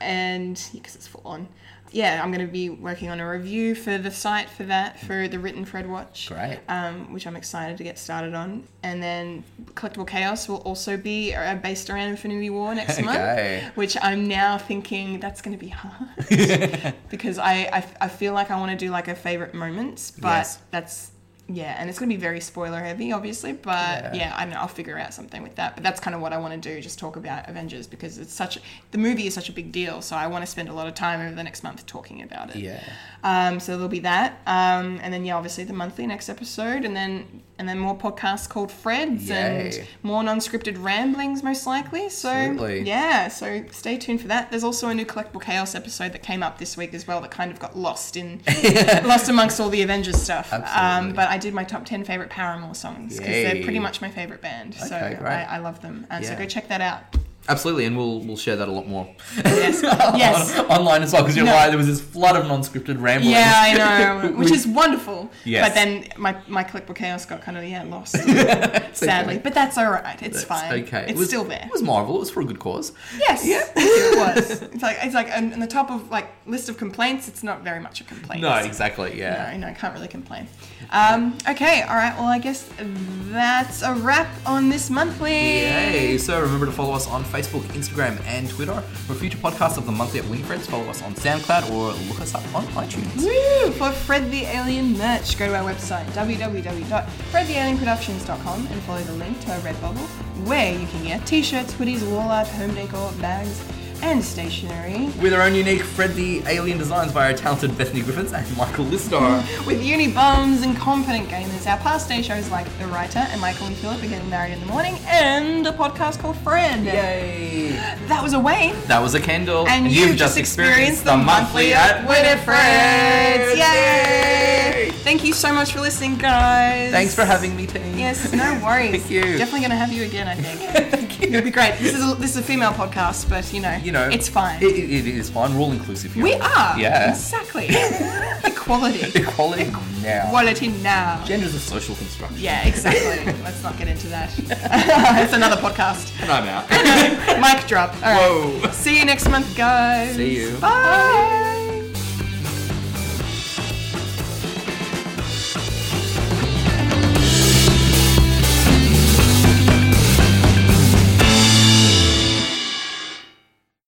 S1: and because it's full on yeah i'm gonna be working on a review for the site for that for the written fred watch
S2: Great.
S1: um, which i'm excited to get started on and then collectible chaos will also be uh, based around infinity war next
S2: Okay.
S1: month which i'm now thinking that's gonna be hard because I, I, I feel like I want to do like a favorite moments, but
S2: Yes.
S1: that's yeah, and it's gonna be very spoiler heavy, obviously. But yeah.
S2: Yeah.
S1: I don't know. I'll figure out something with that. But that's kind of what I want to do, just talk about Avengers because it's such the movie is such a big deal. So I want to spend a lot of time over the next month talking about it.
S2: Yeah.
S1: Um, so there'll be that, um, and then yeah, obviously the monthly next episode, and then and then more podcasts called Fred's and
S2: Yay.
S1: more non-scripted ramblings, most likely. So
S2: Absolutely.
S1: yeah, so stay tuned for that. There's also a new Collectible Chaos episode that came up this week as well that kind of got lost in lost amongst all the Avengers stuff. Um,
S2: Absolutely.
S1: but I did my top ten favorite Paramore songs because they're
S2: Yay.
S1: pretty much my favorite band. so
S2: Okay, great.
S1: I, I love them, and so
S2: Yeah.
S1: go check that out.
S2: Absolutely, and we'll we'll share that a lot more.
S1: Yes, yes.
S2: On- online as well, because you're
S1: No.
S2: right. There was this flood of non-scripted ramblings.
S1: Yeah, I know, which is wonderful.
S2: Yes.
S1: But then my, my clickable chaos got kind of yeah lost,
S2: It's okay.
S1: sadly. But that's all right.
S2: That's
S1: It's fine.
S2: Okay,
S1: It's
S2: It was-
S1: still there.
S2: It was Marvel. It was for a good cause.
S1: yes. It was. It's like it's like on, on the top of like list of complaints. It's not very much a complaint.
S2: No, exactly. Yeah.
S1: No, no, can't really complain. Um, okay, all right. Well, I guess that's a wrap on this monthly.
S2: Yay! So remember to follow us on Facebook, Instagram, and Twitter. For future podcasts of the monthly at Winfriends, follow us on SoundCloud or look us up on iTunes.
S1: Woo! For Fred the Alien merch, go to our website www.fredthealienproductions.com and follow the link to our Redbubble, where you can get t-shirts, hoodies, wall art, home decor, bags, and stationery.
S2: With our own unique Fred the Alien designs by our talented Bethany Griffiths and Michael Listar.
S1: With uni bums and competent gamers, our past day shows like The Writer and Michael and Philip are getting married in the morning, and a podcast called Fred.
S2: Yay!
S1: That was a Wayne.
S2: That was a candle.
S1: And you've just experienced the monthly at Winifred's.
S2: Winifred's.
S1: Yay! Thank you so much for listening, guys.
S2: Thanks for having me, Penny.
S1: Yes, no worries.
S2: Thank you.
S1: Definitely going to have you again, I think.
S2: Thank you.
S1: It'd be great. This is a, this is a female podcast, but you know,
S2: You know,
S1: it's fine.
S2: It, it- it is fine. We're all inclusive here.
S1: we are.
S2: Yeah.
S1: Exactly. Equality.
S2: Equality now.
S1: Equality now.
S2: Gender's a social construction.
S1: Yeah, exactly. Let's not get into that. it's another podcast.
S2: And I'm out.
S1: Mic drop. All right.
S2: Whoa.
S1: See you next month, guys.
S2: See you.
S1: Bye.